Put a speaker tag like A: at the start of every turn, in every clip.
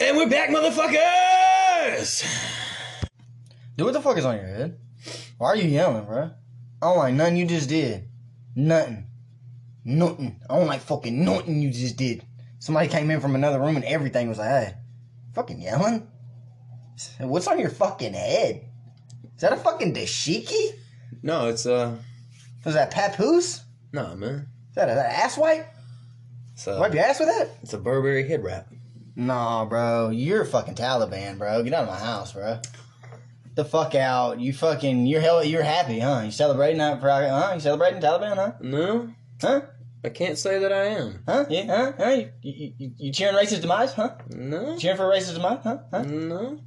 A: And we're back, motherfuckers!
B: Dude, what the fuck is on your head? Why are you yelling, bro? I don't like nothing you just did. Nothing. Nothing. I don't like fucking nothing you just did. Somebody came in from another room and everything was like, hey, fucking yelling? What's on your fucking head? Is that a fucking dashiki?
A: No, it's uh,
B: Was that papoose? Is
A: nah, man.
B: that an ass wipe?
A: It's a,
B: Wipe your ass with that?
A: it's a Burberry head wrap.
B: Nah, bro. You're fucking Taliban, bro. Get out of my house, bro. The fuck out. You fucking, you're hell, you're happy, huh? You celebrating that, Friday, huh? You celebrating Taliban, huh?
A: No,
B: Huh?
A: I can't say that I am.
B: Huh? Yeah, huh? Huh? You, you, you, you cheering racist demise, huh?
A: No,
B: Cheering for racist demise, huh? huh?
A: no.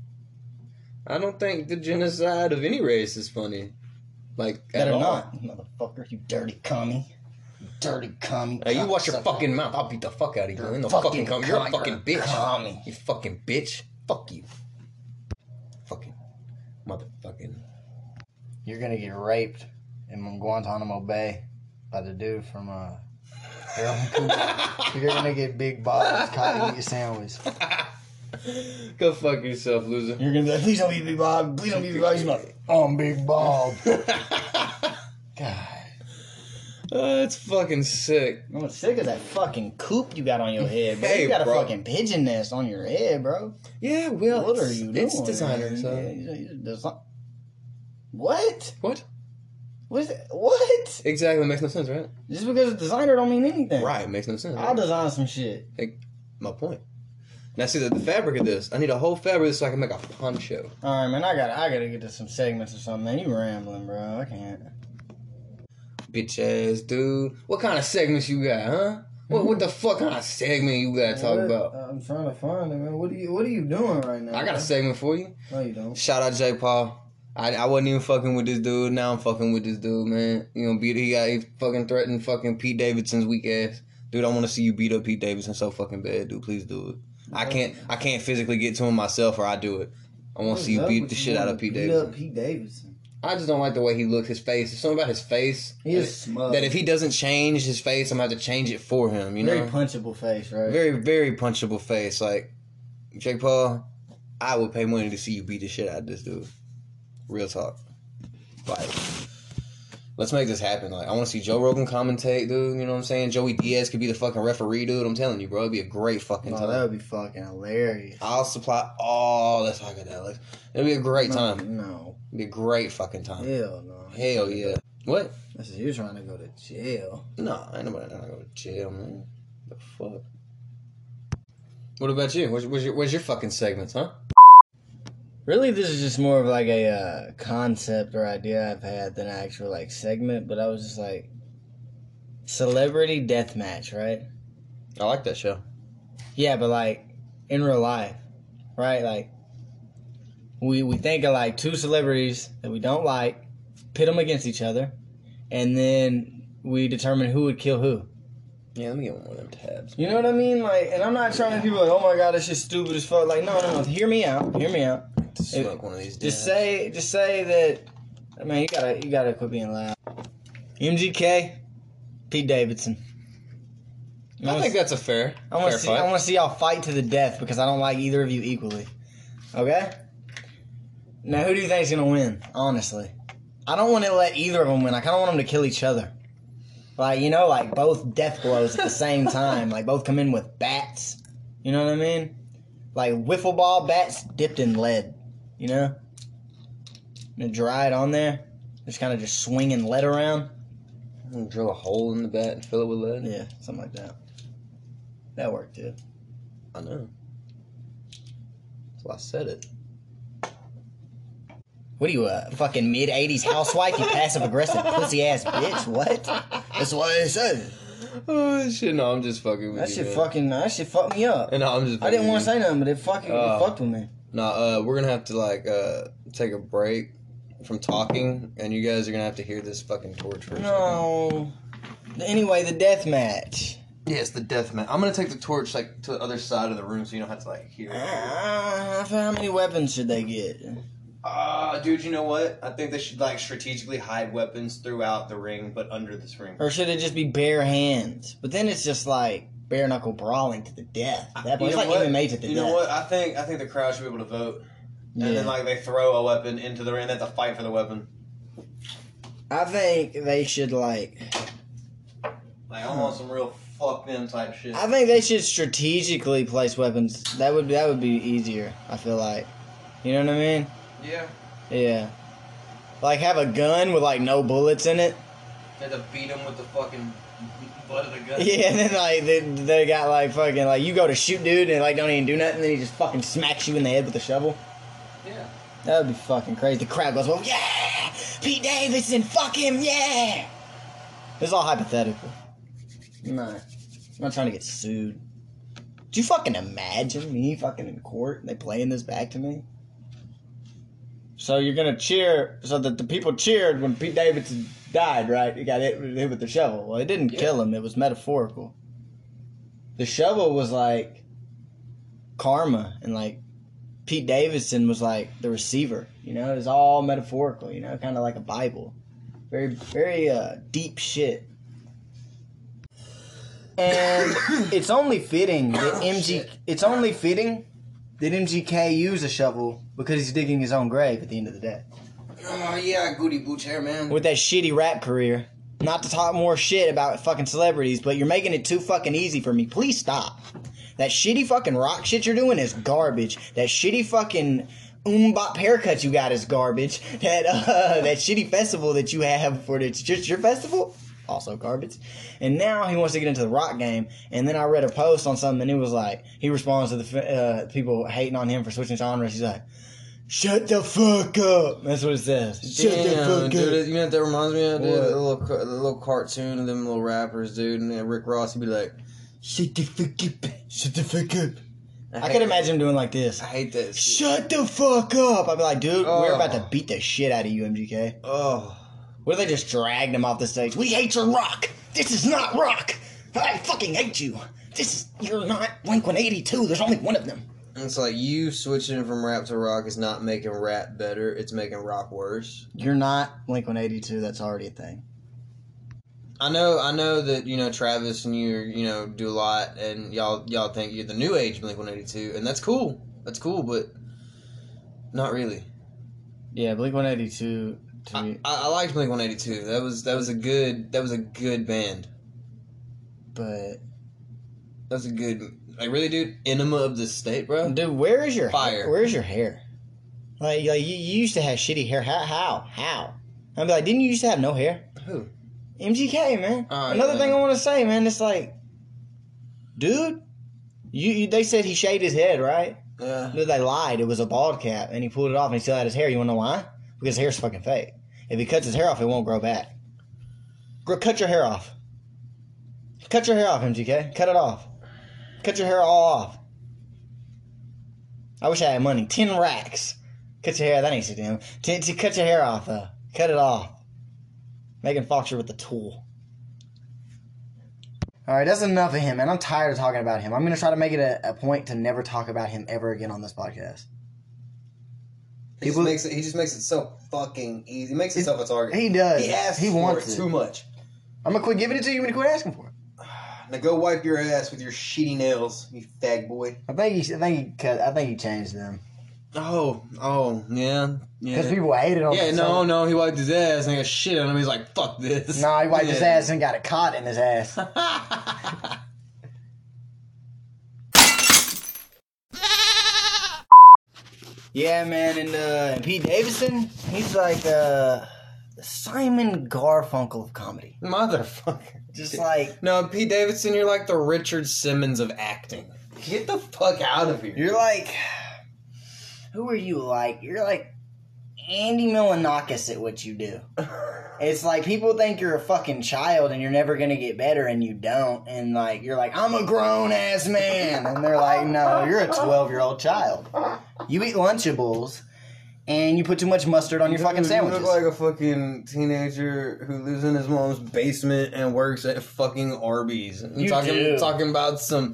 A: I don't think the genocide of any race is funny. Like, at
B: Better
A: all.
B: not, motherfucker, you dirty commie. You dirty commie.
A: Hey, you watch your
B: cocksucker.
A: fucking mouth. I'll beat the fuck out of you.
B: You're
A: in the
B: a
A: fucking, cum. You're a
B: commie.
A: fucking
B: You're
A: bitch.
B: a commie.
A: You fucking bitch. Fuck you. Fucking motherfucking.
B: You're gonna get raped in Guantanamo Bay by the dude from, uh, Harold and Kumar. You're gonna get big balls caught eating your sandwich.
A: Go fuck yourself, loser.
B: You're gonna be like, please don't be Big Bob. Please don't be Big Bob. He's like, I'm Big Bob. God.
A: Uh, it's fucking sick.
B: I'm as sick of that fucking coop you got on your head, bro.
A: Hey,
B: you got
A: bro.
B: a fucking pigeon nest on your head, bro.
A: Yeah, well,
B: What
A: it's,
B: are you doing?
A: It's designer.
B: man?
A: So.
B: Yeah, he's a- he's a desi- what?
A: What?
B: What? Is that? What?
A: Exactly. Makes no sense, right?
B: Just because it's designer don't mean anything.
A: Right. Makes no sense.
B: I'll
A: right?
B: design some shit.
A: My point. Now see the, the fabric of this. I need a whole fabric of this so I can make a poncho.
B: All right, man. I gotta, I gotta get to some segments or something. Man, you rambling, bro. I can't.
A: Bitch ass dude. What kind of segments you got, huh? What what the fuck kind of segment you got to talk
B: What? Uh,
A: about?
B: I'm trying to find it, man. What are you, what are you doing right now?
A: I got a
B: man?
A: segment for you.
B: No, you don't.
A: Shout out Jay Paul. I, I wasn't even fucking with this dude. Now I'm fucking with this dude, man. You know, beat he got he fucking threatened fucking Pete Davidson's weak ass. Dude, I want to see you beat up Pete Davidson so fucking bad, dude. Please do it. I can't I can't physically get to him myself, or I do it. I want to see you beat the shit out of Pete Davidson.
B: Pete Davidson.
A: I just don't like the way he looks. His face. There's something about his face.
B: He is smug.
A: That if he doesn't change his face, I'm gonna have to change it for him. You know,
B: Very punchable face, right?
A: very very punchable face. Like Jake Paul, I would pay money to see you beat the shit out of this dude. Real talk. Like, let's make this happen. Like, I want to see Joe Rogan commentate, dude. You know what I'm saying? Joey Diaz could be the fucking referee, dude. I'm telling you, bro, it'd be a great fucking
B: oh,
A: time.
B: that would be fucking hilarious.
A: I'll supply all the psychedelics. It'll be a great time.
B: No,
A: It'd be a great fucking time.
B: hell no.
A: Hell yeah. What?
B: This is you trying to go to jail.
A: No, ain't nobody trying to go to jail, man. The fuck. What about you? Where's, where's your where's your fucking segments, huh?
B: Really, this is just more of like a uh, concept or idea I've had than an actual like segment. But I was just like, celebrity death match, right?
A: I like that show.
B: Yeah, but like in real life, right? Like we we think of like two celebrities that we don't like, pit them against each other, and then we determine who would kill who.
A: Yeah, let me get one more of them tabs.
B: You know what I mean? Like, and I'm not trying to people like, oh my god, that's just stupid as fuck. Like, no, no, no. Hear me out. Hear me out.
A: To smoke one of these.
B: Just
A: dabs.
B: say, just say that. I mean, you gotta, you gotta quit being loud. MGK, Pete Davidson.
A: I think that's a fair.
B: I want
A: fair
B: to see. I
A: fight.
B: want to see y'all fight to the death because I don't like either of you equally. Okay. Now, who do you think's gonna win? Honestly, I don't want to let either of them win. I kind of want them to kill each other. Like you know, like both death blows at the same time. Like both come in with bats. You know what I mean? Like wiffle ball bats dipped in lead. You know. And dry it on there. Just kind of just swinging lead around.
A: I'm gonna drill a hole in the bat and fill it with lead.
B: Yeah, something like that. That worked too.
A: I know. So I said it.
B: What are you, a fucking mid 80s housewife? You passive aggressive pussy ass bitch. What? That's what I said.
A: Oh shit! No, I'm just fucking with
B: That
A: you.
B: shit
A: man.
B: fucking, that shit fucked me up.
A: And no, I'm just.
B: I didn't want to
A: fucking
B: say nothing, but it fucking
A: Oh.
B: it fucked with me.
A: with you. No, uh, we're gonna have to like uh take a break from talking, and you guys are gonna have to hear this fucking torch for a second.
B: No. Anyway, the death match.
A: Yeah, it's the death match. I'm gonna take the torch like Ah. to the other side of the room so you don't have to like hear. it.
B: Uh, how many weapons should they get?
A: Ah, dude, you know what? I think they should like strategically hide weapons throughout the ring, but under this ring.
B: Or should it just be bare hands? But then it's just like bare knuckle brawling to the death.
A: I-
B: That
A: you
B: it's
A: know
B: like
A: what?
B: MMA to the
A: You
B: death.
A: know what? I think I think the crowd should be able to vote,
B: Yeah.
A: and then like they throw a weapon into the ring. They have to fight for the weapon,
B: I think they should like.
A: like
B: Hmm.
A: I want some real fuck them type shit.
B: I think they should strategically place weapons. That would that would be easier. I feel like. You know what I mean?
A: yeah,
B: Yeah. Like have a gun with like no bullets in it.
A: they have to beat them with the fucking butt of the gun.
B: Yeah, and then like they, they got like fucking like you go to shoot dude and like don't even do nothing, then he just fucking smacks you in the head with a shovel.
A: yeah.
B: That would be fucking crazy. The crowd goes, "Well, yeah, Pete Davidson, fuck him, yeah." It's all hypothetical. No, I'm not trying to get sued. Do you fucking imagine me fucking in court and they playing this back to me? So you're gonna cheer so that the people cheered when Pete Davidson died, right? He got hit, hit with the shovel. Well, it didn't
A: Yeah.
B: kill him. It was metaphorical. The shovel was like karma, and like Pete Davidson was like the receiver. You know, it was all metaphorical. You know, kind of like a Bible. Very, very uh, deep shit. And it's only fitting that MG. It's only fitting that MGK use a shovel because he's digging his own grave at the end of the day.
A: Oh yeah, Goody Boots hair man.
B: With that shitty rap career, not to talk more shit about fucking celebrities, but you're making it too fucking easy for me. Please stop. That shitty fucking rock shit you're doing is garbage. That shitty fucking umbop haircut you got is garbage. That uh, that shitty festival that you have for the it's just your festival also garbage. And now he wants to get into the rock game. And then I read a post on something, and it was like he responds to the f- uh, people hating on him for switching genres. He's like, "Shut the fuck up." That's what it says. Shut the fuck up.
A: you know what that reminds me of,
B: What?
A: little, ca- the little cartoon of them little rappers, dude. And then Rick Ross, he'd be like, "Shut the fuck up."
B: Shut the fuck up. I
A: hate
B: could
A: that.
B: imagine him doing like this.
A: I hate that. shit.
B: Shut the fuck up. I'd be like, dude, we're
A: Oh.
B: about to beat the shit out of you, MGK.
A: Oh.
B: What if they just dragged him off the stage? We hate your rock. This is not rock. I fucking hate you. This is, you're not Blink 182. There's only one of them.
A: And It's like you switching from rap to rock is not making rap better; it's making rock worse.
B: You're not Blink 182. That's already a thing.
A: I know, I know that you know Travis and you, you know, do a lot, and y'all, y'all think you're the new age Blink One Eighty Two, and that's cool, that's cool, but not really.
B: Yeah, Blink 182. To
A: I, I, I liked Blink One Eighty Two. That was that was a good that was a good band.
B: but
A: That was a good like really, dude. Enema of the State, bro.
B: dude, where is your
A: Fire.
B: Where's your hair? Like, like you, you used to have shitty hair. How? How? How? I'd be like, didn't you used to have no hair?
A: Who?
B: MGK, man.
A: Oh,
B: Another
A: yeah.
B: thing I want to say, man, it's like, dude, you, you they said he shaved his head, right?
A: Yeah.
B: No, they lied. It was a bald cap, and he pulled it off, and he still had his hair. You want to know why? Because his hair's fucking fake. If he cuts his hair off, it won't grow back. Grow, cut your hair off. Cut your hair off, MGK. Cut it off. Cut your hair all off. I wish I had money. Ten racks. Cut your hair. That ain't so damn. Ten, to cut your hair off though. Cut it off. Megan Foxer with the tool. All right, that's enough of him, and I'm tired of talking about him. I'm gonna try to make it a, a point to never talk about him ever again on this podcast.
A: He just
B: People-
A: makes it. He just makes it so fucking easy. He makes
B: It-
A: himself a target.
B: He does.
A: He asks
B: He
A: for
B: wants
A: it
B: it.
A: too much.
B: I'm gonna quit giving it to you when you quit asking for it.
A: Now go wipe your ass with your shitty nails, you fag boy.
B: I think he. I think he. Cut, I think he changed them
A: Oh, oh, yeah,
B: because
A: yeah.
B: people hated on.
A: Yeah,
B: him.
A: no, no, he wiped his ass and got shit on him. He's like, fuck this.
B: No, he wiped his
A: Yeah.
B: ass and got it caught in his ass. Yeah, man, and uh, Pete Davidson, he's like uh, Simon Garfunkel of comedy.
A: Motherfucker.
B: Just like
A: No, Pete Davidson, you're like the Richard Simmons of acting. Get the fuck out of here.
B: You're like, who are you like? You're like Andy Milanakis at what you do. It's like people think you're a fucking child and you're never gonna get better, and you don't. And like you're like, I'm a grown ass man, and they're like, No, you're a 12 year old child. You eat Lunchables, and you put too much mustard on your fucking
A: Dude,
B: sandwiches.
A: You look like a fucking teenager who lives in his mom's basement and works at fucking Arby's. And
B: You
A: talking,
B: do.
A: talking about some.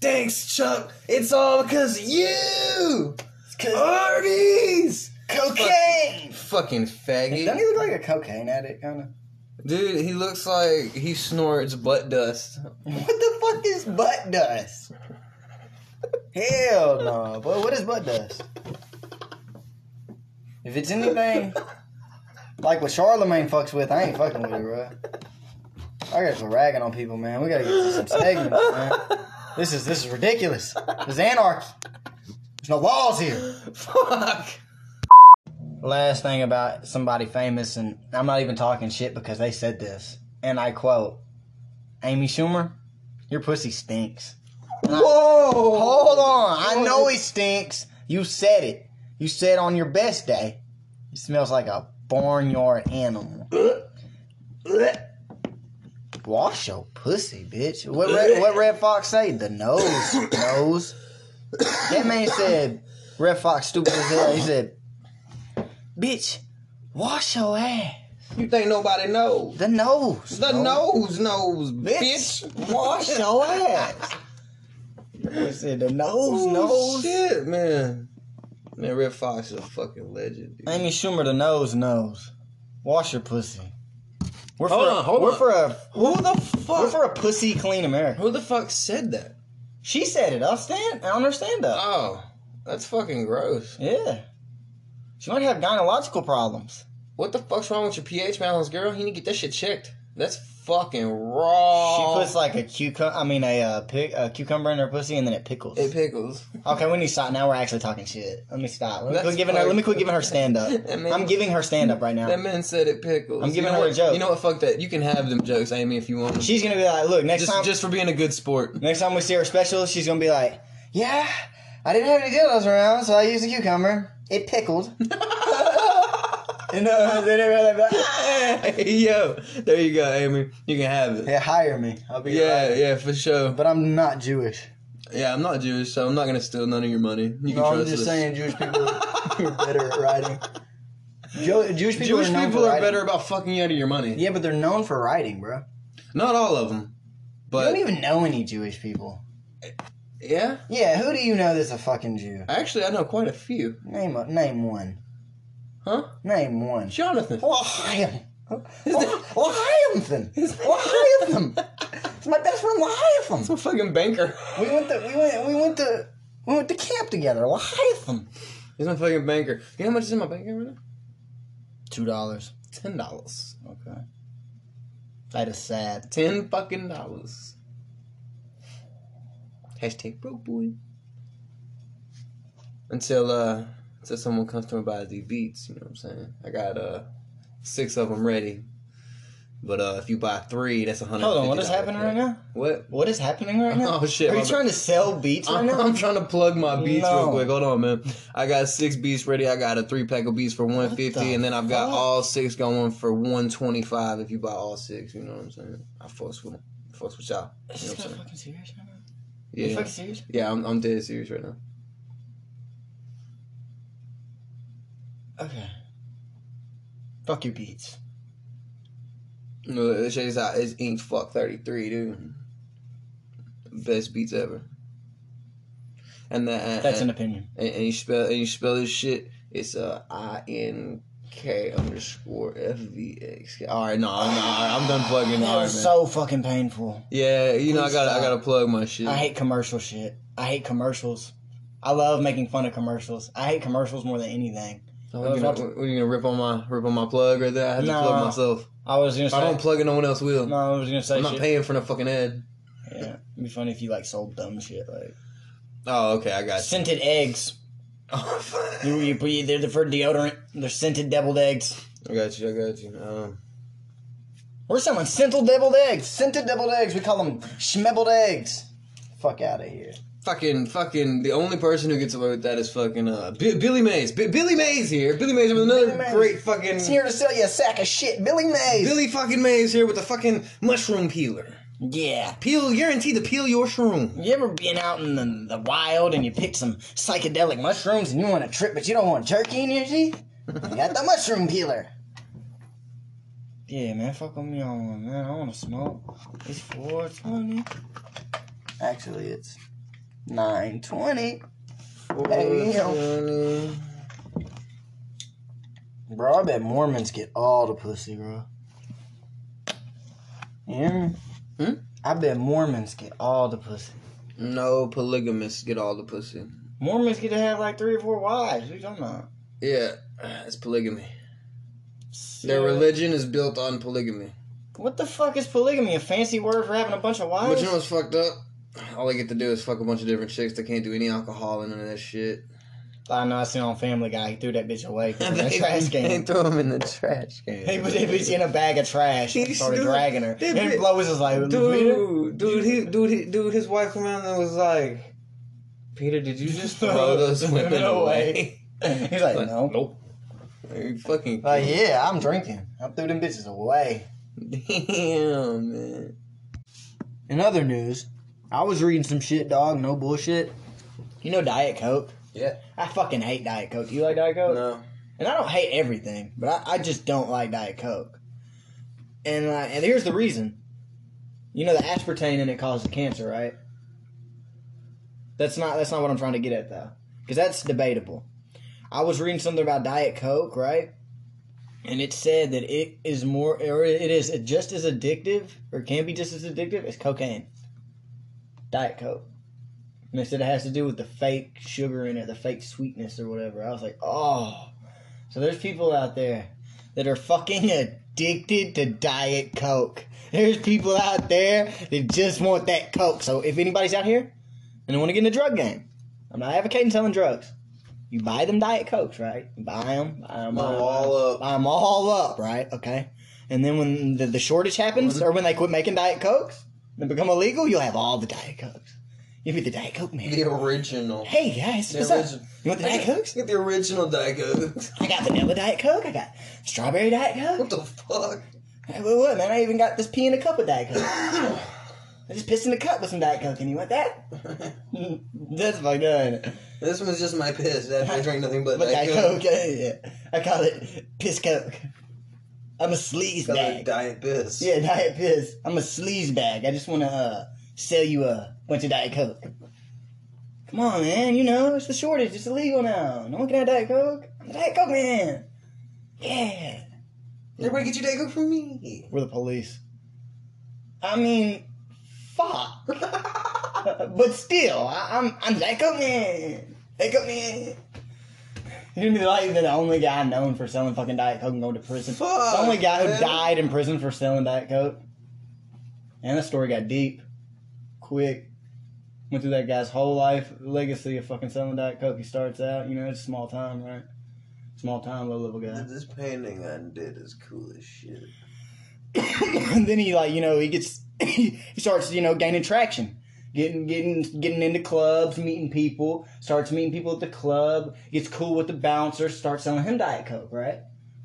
A: Thanks, Chuck. It's all because you,
B: It's 'cause-
A: Arby's.
B: Cocaine!
A: Fucking
B: Doesn't
A: faggot.
B: he look like a cocaine addict, kind of?
A: Dude, he looks like he snorts butt dust.
B: What the fuck is butt dust? Hell no, boy. What is butt dust? If it's anything like what Charlemagne fucks with, I ain't fucking with it, bro. I gotta quit ragging on people, man. We gotta get to some segments, man. This is this is ridiculous. This is anarchy. There's no laws here.
A: Fuck.
B: Last thing about somebody famous, and I'm not even talking shit because they said this, and I quote, "Amy Schumer, your pussy stinks."
A: Whoa.
B: Hold on. I know it stinks. You said it. You said on your best day, it smells like a barnyard animal. Wash your pussy, bitch. What Red, what Red Fox say? The nose. nose. That man said, Red Fox stupid as hell. He said, bitch, wash your ass.
A: You think nobody knows?
B: The nose.
A: The nose knows, bitch.
B: Wash your ass. I said, the nose,
A: Oh,
B: nose.
A: shit, man. Man, Red Fox is a fucking legend, dude.
B: Amy Schumer, the nose knows. Wash your pussy. We're
A: Hold
B: for,
A: on, hold
B: we're
A: on.
B: for a
A: Who the
B: we're
A: fuck?
B: for a pussy clean America.
A: Who the fuck said that?
B: She said it. I'll stand. I understand that.
A: Oh, that's fucking gross.
B: yeah. She might have gynecological problems.
A: What the fuck's wrong with your pH balance, girl? You need to get that shit checked. That's fucking raw.
B: She puts like a cucumber. I mean a, uh, pic- a cucumber in her pussy, and then it pickles.
A: it pickles.
B: okay, we need to stop. Now we're actually talking shit. Let me stop. Let me
A: That's
B: quit giving her. Let me quit
A: fucked.
B: giving her stand up.
A: That man-
B: I'm giving her stand up right
A: That
B: now.
A: man said it pickles.
B: I'm giving
A: you know
B: her a
A: what-
B: joke.
A: You know what? Fuck that. You can have them jokes, Amy, if you want. them.
B: She's gonna be like, look, next
A: Just,
B: time,
A: just for being a good sport.
B: Next time we see her special, she's gonna be like, "Yeah, I didn't have any dildos around, so I used a cucumber. It pickled." and uh, then everybody be like,
A: Yo, there you go, Amy. You can have it.
B: "Yeah, hire me. I'll be your
A: Yeah,
B: writer."
A: yeah, for sure.
B: But I'm not Jewish.
A: Yeah, I'm not Jewish, so I'm not gonna steal none of your money. You can
B: No, I'm
A: trust
B: just
A: us.
B: saying Jewish people are better at writing. Jo- Jewish people
A: Jewish
B: are, known
A: people
B: for
A: are
B: writing.
A: better about fucking you out of your money.
B: Yeah, but they're known for writing, bro.
A: Not all of them,
B: You
A: but
B: don't even know any Jewish people.
A: yeah.
B: Yeah, who do you know that's a fucking Jew?
A: Actually, I know quite a few.
B: Name a, name one.
A: Huh?
B: Name one.
A: Jonathan.
B: Oh, Lion.
A: that-
B: Leviathan. Leviathan. It's my best friend Leviathan.
A: I'm a fucking banker.
B: We went to we went we went to we went to camp together. Leviathan.
A: He's my fucking banker. You know how much is in my bank account right now?
B: Two dollars.
A: Ten dollars.
B: Okay. That is sad.
A: Ten fucking dollars. Hashtag broke boy. Until uh until someone comes to me buys these beats, you know what I'm saying? I got uh six of them ready. But uh if you buy three, that's a hundred.
B: Hold on, what is happening right now?
A: What?
B: What is happening right now?
A: Oh, shit,
B: Are
A: my
B: you
A: bad.
B: trying to sell beats right
A: I'm,
B: now?
A: I'm trying to plug my beats real
B: No.
A: quick. Hold on, man. I got six beats ready. I got a three pack of beats for 150,
B: the
A: and then I've got
B: fuck?
A: all six going for 125 if you buy all six. You know what I'm saying? I fucks with 'em. I fucks with y'all.
B: Is
A: You know
B: this
A: what I'm saying?
B: guy fucking serious right now? Are you
A: Yeah.
B: fucking serious?
A: Yeah, I'm, I'm dead serious right now.
B: Okay. Fuck your beats.
A: No, it's, it's, it's Ink Fuck 33, dude. Best beats ever. And that
B: That's
A: and,
B: an opinion.
A: and, and you spell and you spell this shit. It's uh I N K underscore F V X. All right, no, no, all right, I'm done plugging.
B: That
A: All right, man.
B: was so fucking painful.
A: yeah, you know I
B: Please
A: gotta I
B: stop.
A: gotta plug my shit.
B: I hate commercial shit. I hate commercials. I love making fun of commercials. I hate commercials more than anything.
A: Oh, you gonna, what, you gonna rip on my rip on my plug right there? I have to
B: No.
A: plug myself.
B: I was gonna
A: If
B: say.
A: I don't plug it, no one else will.
B: no, I was gonna say
A: I'm not
B: shit.
A: paying for no fucking ad.
B: Yeah, it'd be funny if you like sold dumb shit like
A: Oh, okay, I got you.
B: scented eggs. You, you put you they're for deodorant. They're scented deviled eggs.
A: I got you. I got you. Um,
B: We're selling scented deviled eggs. Scented deviled eggs. We call them schmebbled eggs. Fuck out of here.
A: Fucking, fucking, the only person who gets away with that is fucking uh, B- Billy Mays. B- Billy Mays here. Billy Mays with another
B: Billy Mays.
A: great fucking.
B: It's here to sell you a sack of shit, Billy Mays.
A: Billy fucking Mays here with the fucking mushroom peeler.
B: yeah.
A: Peel, guaranteed to peel your shroom.
B: You ever been out in the, the wild and you pick some psychedelic mushrooms and you want a trip, but you don't want jerky in your teeth? You got the mushroom peeler. Yeah, man, fuck with me on one, man. I want to smoke. It's 420. Actually, it's 920. Hey, yo. Bro, I bet Mormons get all the pussy, bro. You hear me?
A: Hmm?
B: I bet Mormons get all the pussy.
A: No polygamists get all the pussy.
B: Mormons get to have like three or four wives. What you talking about?
A: Yeah, it's polygamy. Their religion is built on polygamy.
B: What the fuck is polygamy? A fancy word for having a bunch of
A: But
B: wives?
A: you know what's fucked up? All they get to do is fuck a bunch of different chicks. They can't do any alcohol and none of that shit.
B: I know I seen on Family Guy. He threw that bitch away. 'cause of
A: they,
B: that trash can.
A: threw him in the trash can.
B: He put that bitch in a bag of trash and
A: He's
B: started
A: doing-
B: dragging her.
A: that
B: And
A: bit-
B: Lois is like, Peter,
A: dude, dude, he, dude, he, dude, his wife came out and was like, "Peter, did you just throw those women away?"
B: He's like,
A: Like,
B: no.
A: nope. Are you fucking
B: Like, yeah, I'm drinking. I threw them bitches away.
A: damn, man.
B: In other news, I was reading some shit, dog. No bullshit. You know Diet Coke?
A: Yeah.
B: I fucking hate Diet Coke. You like Diet Coke?
A: No,
B: And I don't hate everything, but I, I just don't like Diet Coke. And uh, and here's the reason. You know the aspartame in it causes cancer, right? That's not that's not what I'm trying to get at though, because that's debatable. I was reading something about Diet Coke, right? And it said that it is more, or it is just as addictive, or can be just as addictive as cocaine. Diet Coke. And they said it has to do with the fake sugar in it, the fake sweetness or whatever. I was like, oh. So there's people out there that are fucking addicted to Diet Coke. There's people out there that just want that Coke. So if anybody's out here and they want to get in the drug game, I'm not advocating selling drugs. You buy them Diet Cokes, right? Buy them, buy them,
A: Buy 'em all up.
B: buy them all up, right? Okay. And then when the, the shortage happens, or when they quit making Diet Cokes, they become illegal, you'll have all the Diet Cokes. You'll be the Diet Coke man.
A: the original.
B: Hey guys,
A: The
B: what's up?
A: origi-
B: You want the Diet Cokes?
A: Get the original Dagos.
B: I got vanilla Diet Coke. I got strawberry Diet Coke.
A: What the fuck?
B: Hey, what, what, man? I even got this pee in a cup of Diet Coke. I just pissed in the cup with some Diet Coke, and you want that? That's my gun.
A: This one's just my piss. I drink nothing but,
B: But Diet
A: Diet
B: Coke, yeah, yeah. I call it piss Coke. I'm a sleaze
A: Call it
B: bag.
A: Diet piss.
B: Yeah, Diet Piss. I'm a sleaze bag. I just want to uh, sell you a bunch of Diet Coke. Come on, man. You know, it's the shortage. It's illegal now. No one can have Diet Coke. I'm the Diet Coke man. Yeah.
A: Everybody get your Diet Coke from me.
B: We're the police. I mean, fuck. but still, I, I'm I'm Diet Coke man. Diet Coke man. You'd be like the only guy known for selling fucking Diet Coke and going to prison.
A: Fuck,
B: the only guy who
A: man.
B: died in prison for selling Diet Coke. And the story got deep, quick. Went through that guy's whole life legacy of fucking selling Diet Coke. He starts out, you know, it's small time, right? Small time, low level guy.
A: This painting I did is cool as shit.
B: and then he like you know he gets he starts you know gaining traction getting getting getting into clubs meeting people starts meeting people at the club gets cool with the bouncer starts selling him diet coke right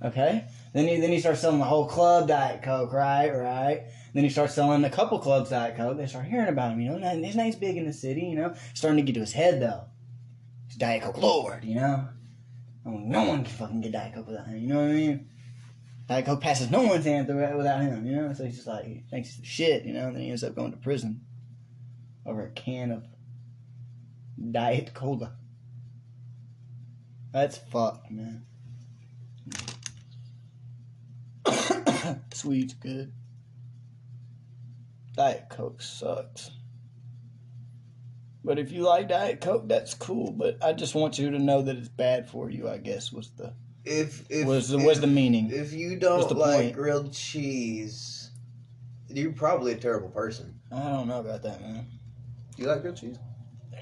B: okay then he then he starts selling the whole club diet coke right right then he starts selling a couple clubs diet coke they start hearing about him you know and his name's big in the city you know starting to get to his head though he's diet coke lord you know I mean, no one can fucking get diet coke without him you know what I mean like Coke passes no one's hand through it without him, you know. So he's just like he thinks he's the shit, you know. And then he ends up going to prison over a can of diet cola. That's fucked, man. Sweet's good. Diet Coke sucks. But if you like Diet Coke, that's cool. But I just want you to know that it's bad for you. I guess was the
A: If if
B: was the,
A: if,
B: was the meaning.
A: if you don't
B: the
A: like
B: point?
A: grilled cheese, you're probably a terrible person.
B: I don't know about that, man.
A: Do you like grilled cheese?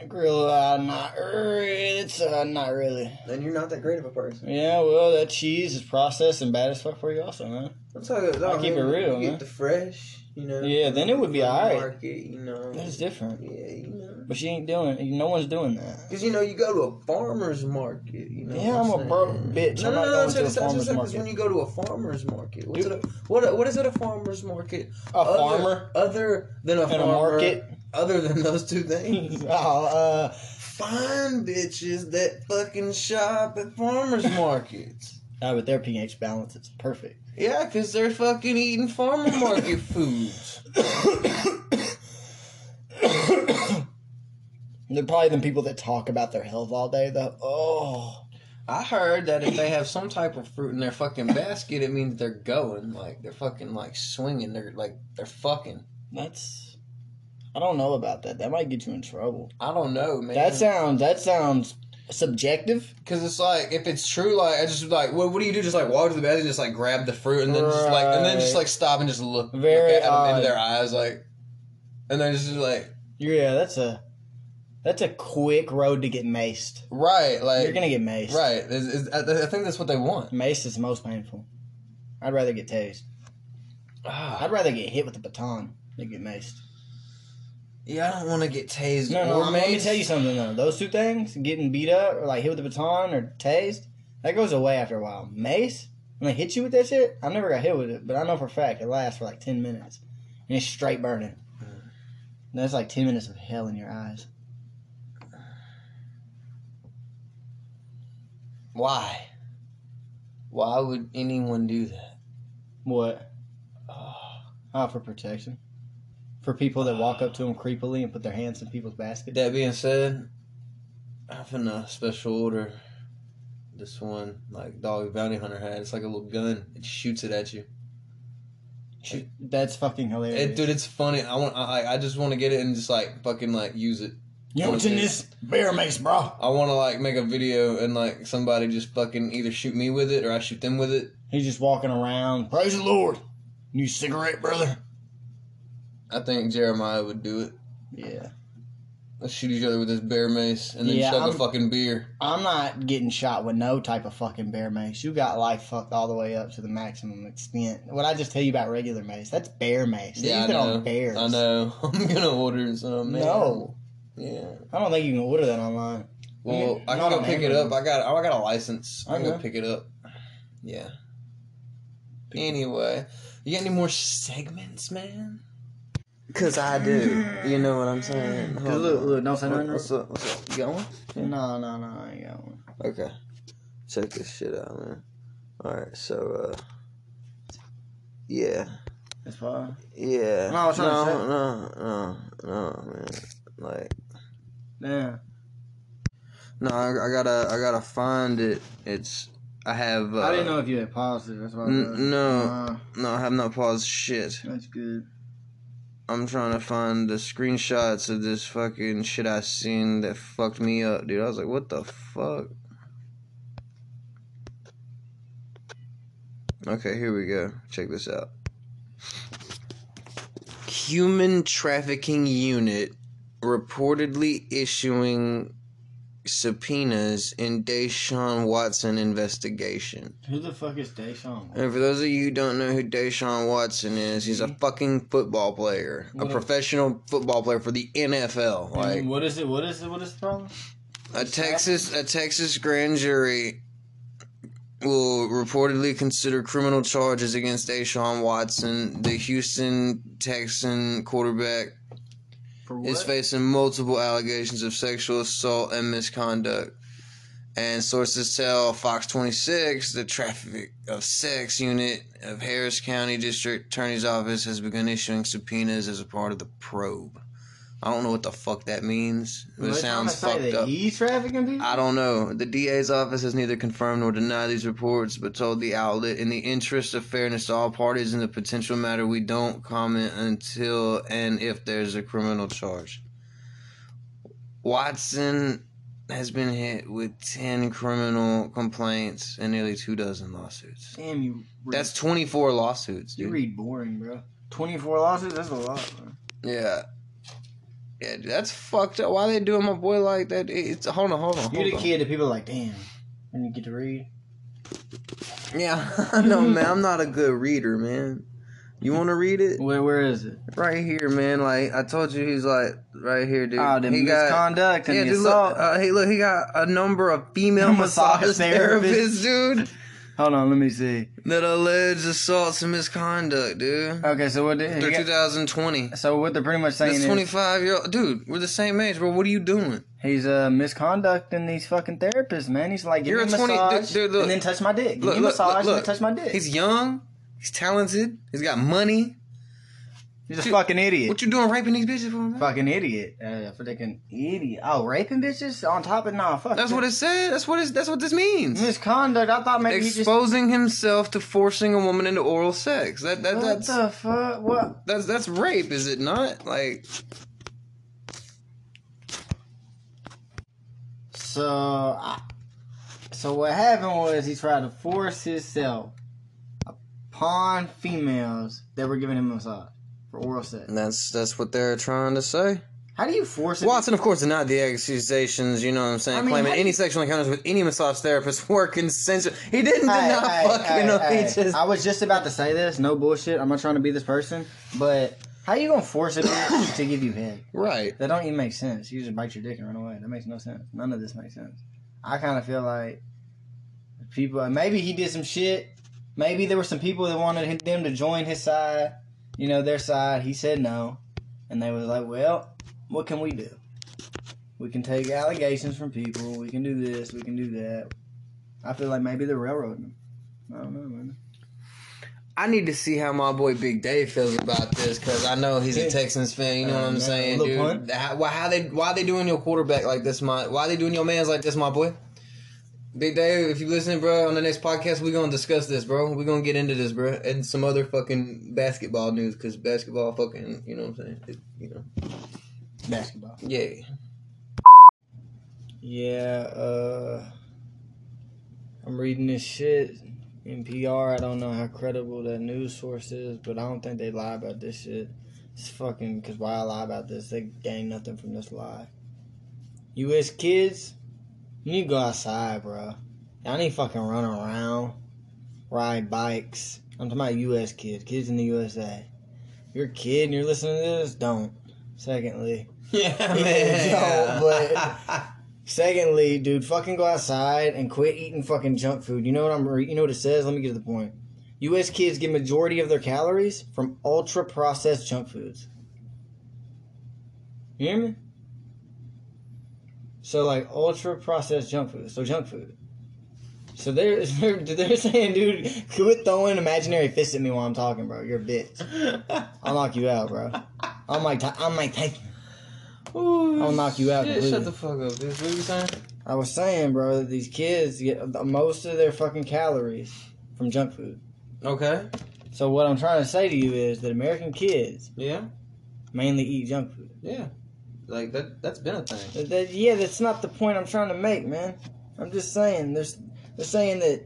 B: Grill, uh, not really. It's uh, not really.
A: Then you're not that great of a person.
B: Yeah, well, that cheese is processed and bad as fuck for you, also, man.
A: That's how it is.
B: I keep it real,
A: You get
B: man.
A: the fresh, you know.
B: Yeah, then it would be
A: from the
B: alright.
A: Market, you know.
B: That's different.
A: yeah, you know.
B: But she ain't doing. it. No one's doing that.
A: Because you know you go to a farmer's market. You know.
B: Yeah,
A: what
B: I'm a
A: saying?
B: broke bitch.
A: No,
B: I'm
A: no,
B: not
A: no,
B: going
A: no.
B: to a
A: Check this out. check
B: farmer's
A: this out, 'cause
B: market.
A: When you go to a farmer's market, what's it
B: Dude.
A: a, what what is it a farmer's market?
B: A
A: Other-
B: farmer
A: other than a
B: in
A: farmer,
B: a market.
A: other than those two things.
B: oh,
A: Fine bitches that fucking shop at farmers markets.
B: uh, uh, but their pH balance is perfect.
A: Yeah, because they're fucking eating farmer market foods.
B: They're probably the people that talk about their health all day, though. Oh,
A: I heard that if they have some type of fruit in their fucking basket, it means they're going. Like they're fucking like swinging. They're like they're fucking.
B: That's. I don't know about that. That might get you in trouble.
A: I don't know, man.
B: That sounds. That sounds subjective.
A: Because it's like if it's true, like I just like what, what do you do? Just like walk to the basket, and just like grab the fruit, and then just like and then just
B: Right.
A: like stop and just look, look
B: Very
A: at them
B: odd.
A: in their eyes, like, and they're just like
B: Yeah, that's a. That's a quick road to get maced.
A: right, like
B: You're gonna get maced.
A: right. Is, is, I, I think that's what they want.
B: Mace is the most painful. I'd rather get tased.
A: Ah,
B: I'd rather get hit with a baton than get maced.
A: yeah, I don't want to get tased.
B: No, no.
A: or
B: I mean, let me
A: maced.
B: tell you something though. Those two things, getting beat up or like hit with a baton or tased, that goes away after a while. Mace, when they hit you with that shit, I never got hit with it, but I know for a fact it lasts for like ten minutes, and it's straight burning. And that's like ten minutes of hell in your eyes.
A: why. Why would anyone do that?
B: What?
A: Oh,
B: Oh, for protection. For people that walk up to
A: Uh.
B: them creepily and put their hands in people's baskets.
A: that being said, I'm finna special order this one like Dog Bounty Hunter had. It's like a little gun. It shoots it at you.
B: Shoot, That's fucking hilarious.
A: It, dude, it's funny. I want. I, I just want to get it and just like fucking like use it.
B: you know what's in this bear mace, bro?
A: I want to like make a video and like somebody just fucking either shoot me with it or I shoot them with it.
B: He's just walking around. Praise the Lord. New cigarette, brother.
A: I think Jeremiah would do it.
B: Yeah.
A: Let's shoot each other with this bear mace and then
B: Yeah,
A: chug
B: I'm-
A: a fucking beer.
B: I'm not getting shot with no type of fucking bear mace. You got life fucked all the way up to the maximum extent. What I just tell you about regular mace, that's bear mace. They
A: Yeah, I
B: use it
A: know.
B: on bears.
A: I know. I'm gonna order some. Man.
B: No.
A: Yeah.
B: I don't think you can order that online.
A: Well, I, can
B: not
A: go
B: on
A: pick it
B: Amazon.
A: up. I got. Oh, I got a license. I can go
B: Okay.
A: pick it up. Yeah. Anyway, you got any more segments, man? Cause I do. You know what I'm saying? Hold
B: look,
A: on.
B: look, don't say nothing.
A: What's up? What's up? You got one?
B: No, no, no, I ain't got one.
A: Okay. Check this shit out, man. Alright, so, uh. Yeah.
B: That's fine.
A: Yeah.
B: No, I was trying to say-
A: no, no, no, man. Like,
B: Yeah.
A: no, I, I gotta, I gotta find it. It's, I have, uh.
B: I didn't know if you had paused it. That's why I
A: N-
B: was-
A: no.
B: Uh,
A: No, I have not paused shit.
B: that's good.
A: I'm trying to find the screenshots of this fucking shit I seen that fucked me up, dude. I was like, what the fuck? Okay, here we go. Check this out. Human trafficking unit reportedly issuing subpoenas in Deshaun Watson investigation.
B: Who the fuck is Deshaun?
A: And for those of you who don't know who Deshaun Watson is, he's a fucking football player, a
B: What a-
A: professional football player for the NFL. Like
B: what is it? What is it? What is the problem?
A: a Texas, a Texas grand jury will reportedly consider criminal charges against Deshaun Watson, the Houston Texan quarterback,
B: For what?
A: is facing multiple allegations of sexual assault and misconduct. And sources tell Fox 26 the Traffic of Sex Unit of Harris County District Attorney's Office has begun issuing subpoenas as a part of the probe. I don't know what the fuck that means. It
B: Are they trying to
A: sounds
B: say
A: fucked
B: that
A: up.
B: He's trafficking people.
A: I don't know. The DA's office has neither confirmed nor denied these reports, but told the outlet, in the interest of fairness to all parties in the potential matter, we don't comment until and if there's a criminal charge. Watson has been hit with 10 criminal complaints and nearly two dozen lawsuits.
B: Damn you. read-
A: That's 24 lawsuits,
B: you
A: dude.
B: read boring, bro. Twenty four losses. That's a lot. Bro.
A: Yeah. Yeah, dude, that's fucked up. Why they doing my boy like that? It's hold on, hold on.
B: You're
A: Hold
B: the
A: on.
B: kid that people are like, damn. When you get to read,
A: Yeah, I know, man. I'm not a good reader, man. You want to read it
B: where where is it?
A: right here, man? Like I told you, he's like right here, dude.
B: Oh, the
A: he got
B: misconduct and
A: yeah,
B: the
A: dude.
B: assault.
A: Look, uh, hey, look, he got a number of female
B: Massage
A: massage,
B: therapists.
A: therapists, dude,
B: Hold on, let me see.
A: that alleged assaults and misconduct, dude.
B: Okay, so what?
A: They're
B: Did, he got-
A: 2020.
B: so what they're pretty much saying
A: That's
B: is
A: 25 year old dude. We're the same age, bro. What are you doing?
B: he's uh misconducting these fucking therapists, man. He's like, give
A: You're
B: me
A: a 20
B: massage
A: dude, dude, look.
B: and then touch my dick. Give
A: Look,
B: me
A: look, look,
B: massage and then touch my dick.
A: He's young. He's talented. He's got money.
B: He's a
A: Dude,
B: fucking idiot.
A: What you doing raping these bitches for, man?
B: Fucking idiot. Uh, freaking idiot. Oh, raping bitches on top of nah. Fuck.
A: That's what it said. That's what it, that's what this means.
B: misconduct. I thought maybe he just.
A: Exposing himself to forcing a woman into oral sex. That that
B: What
A: that's
B: the fuck? What?
A: that's that's rape, is it not? Like
B: So, I, so what happened was he tried to force himself upon females that were giving him a massage for oral sex.
A: that's that's what they're trying to say.
B: How do you force it?
A: Watson, of course, denied the accusations. You know what I'm saying?
B: I mean,
A: claiming
B: how do
A: any
B: you-
A: sexual encounters with any massage therapist were consensual. He didn't
B: Hey,
A: deny
B: hey,
A: fucking.
B: hey,
A: them.
B: hey.
A: He just
B: I was just about to say this. No bullshit. I'm not trying to be this person, but how you gonna force a bitch to give you head?
A: right.
B: That don't even make sense. You just bite your dick and run away. That makes no sense. None of this makes sense. I kind of feel like people. Maybe he did some shit. Maybe there were some people that wanted him- them to join his side. You know, their side. He said no, and they was like, "Well, what can we do? We can take allegations from people. We can do this. We can do that." I feel like maybe they're railroading him. I don't know, man.
A: I need to see how my boy Big Dave feels about this because I know he's
B: Yeah.
A: a Texans fan. You know
B: Uh,
A: what I'm
B: man,
A: saying,
B: look,
A: dude?
B: what?
A: How, why, how they why they doing your quarterback like this? My why they doing your man's like this? My boy, Big Dave. If you listening, bro, on the next podcast we gonna discuss this, bro. We are gonna get into this, bro, and some other fucking basketball news because basketball, fucking, you know what I'm saying? It, you know,
B: Basketball.
A: yeah.
B: Yeah, uh I'm reading this shit. NPR, I don't know how credible that news source is, but I don't think they lie about this shit. It's fucking, because why I lie about this? They gain nothing from this lie. U.S. kids, you need to go outside, bro. Y'all need to fucking run around, ride bikes. I'm talking about U.S. kids, kids in the USA. You're a kid and you're listening to this? Don't. Secondly,
A: Yeah,
B: man. Secondly, dude, fucking go outside and quit eating fucking junk food. You know what I'm? Re- you know what it says. Let me get to the point. U.S. kids get majority of their calories from ultra processed junk foods. You hear me? So like ultra processed junk food. So junk food. So they're they're, they're saying, dude, quit throwing imaginary fists at me while I'm talking, bro. You're a bitch. I'll knock you out, bro. I'm like I'm like Tyson.
A: I'll
B: knock you out
A: Shit, shut
B: completely.
A: the fuck up, bitch. What you saying?
B: I was saying, bro, that these kids get the most of their fucking calories from junk food.
A: Okay.
B: So what I'm trying to say to you is that American kids
A: Yeah.
B: mainly eat junk food.
A: Yeah. Like that. That's been a thing.
B: That- that- yeah, that's not the point I'm trying to make, man. I'm just saying there's they're saying that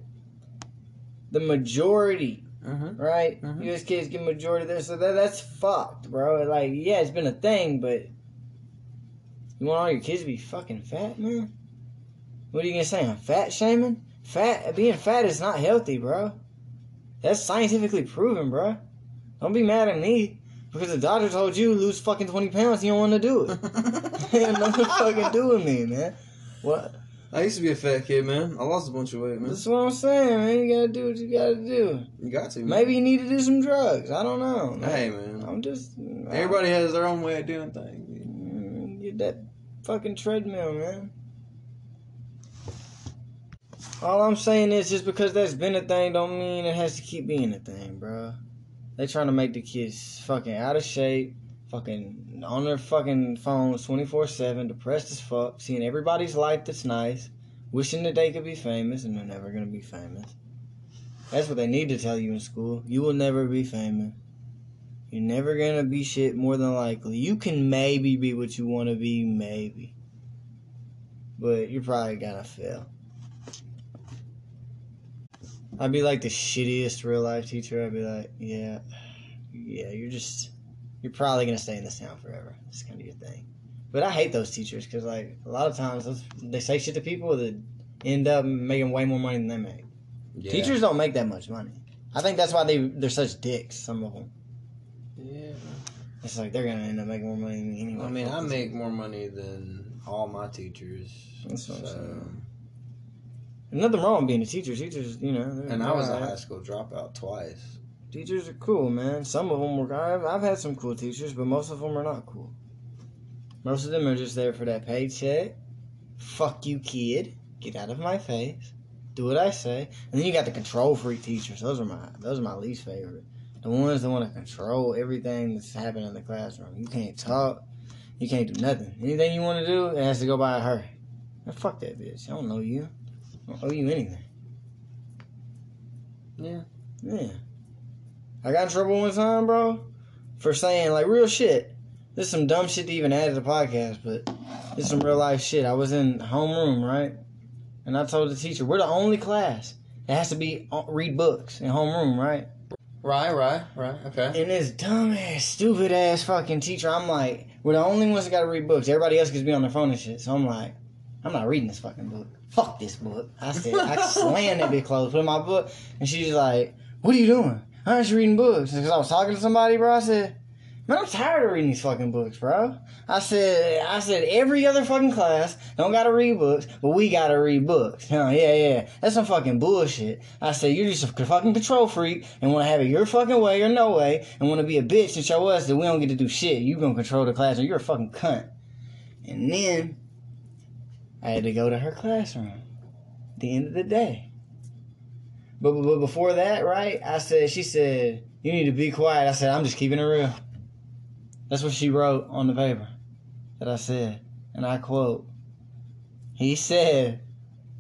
B: the majority,
A: Mm-hmm.
B: right?
A: Mhm.
B: U.S. kids get majority there, so that that's fucked, bro. Like, yeah, it's been a thing, but you want all your kids to be fucking fat, man? What are you gonna say? I'm fat shaming? Fat being fat is not healthy, bro. That's scientifically proven, bro. Don't be mad at me because the doctor told you lose fucking twenty pounds. You don't want to do it. Man, nothing fucking do with me, man. What?
A: I used to be a fat kid, man. I lost a bunch of weight, man.
B: That's what I'm saying, man. You gotta do what you gotta do.
A: You got to. Man.
B: Maybe you need to do some drugs. I don't know. man.
A: Hey, man.
B: I'm just
A: Everybody has their own way of doing things.
B: Mm, Get that fucking treadmill, man. All I'm saying is just because that's been a thing don't mean it has to keep being a thing, bro. They trying to make the kids fucking out of shape, fucking on their fucking phones 24/7, depressed as fuck, seeing everybody's life that's nice, wishing that they could be famous and they're never going to be famous. That's what they need to tell you in school. You will never be famous. You're never gonna be shit more than likely. You can maybe be what you wanna be, maybe. But you're probably gonna fail. I'd be like the shittiest real life teacher. I'd be like, yeah, yeah, you're just, you're probably gonna stay in this town forever. It's gonna be your thing. But I hate those teachers because, like, a lot of times those, they say shit to people that end up making way more money than they make.
A: Yeah.
B: Teachers don't make that much money. I think that's why they they're such dicks. Some of them.
A: Yeah.
B: It's like they're gonna end up making more money than me anyway.
A: I mean, I make more money than all my teachers.
B: That's what I'm
A: so.
B: saying. And nothing wrong with being a teacher. Teachers, you know. they're-
A: And I was a
B: they're
A: high
B: alright.
A: school dropout twice.
B: Teachers are cool, man. Some of them were. I've, I've had some cool teachers, but most of them are not cool. Most of them are just there for that paycheck. Fuck you, kid. Get out of my face. Do what I say. And then you got the control freak teachers. Those are my those are my least favorite. The ones that want to control everything that's happening in the classroom. You can't talk. You can't do nothing. Anything you want to do, it has to go by her. Now, fuck that bitch. I don't know you. I don't owe you anything.
A: Yeah.
B: Yeah. I got in trouble one time, bro, for saying like real shit. This is some dumb shit to even add to the podcast, but this is some real life shit. I was in homeroom, right? And I told the teacher, we're the only class that has to be uh, read books in homeroom, right?
A: Right, right, right. Okay.
B: And this dumb ass, stupid ass fucking teacher, I'm like, we're the only ones that gotta read books. Everybody else could be on their phone and shit. So I'm like, I'm not reading this fucking book. Fuck this book. I said, I slammed that bitch closed, put in my book, and she's like, What are you doing? I aren't you reading books? Because I was talking to somebody, bro. I said, Man, I'm tired of reading these fucking books, bro. I said, I said, every other fucking class don't gotta read books, but we gotta read books. Huh, yeah, yeah. That's some fucking bullshit. I said, you're just a fucking control freak and wanna have it your fucking way or no way and wanna be a bitch and show us that we don't get to do shit. You gonna control the class or you're a fucking cunt. And then I had to go to her classroom at the end of the day. But, but, but before that, right, I said, she said, you need to be quiet. I said, I'm just keeping it real. That's what she wrote on the paper that I said. And I quote, he said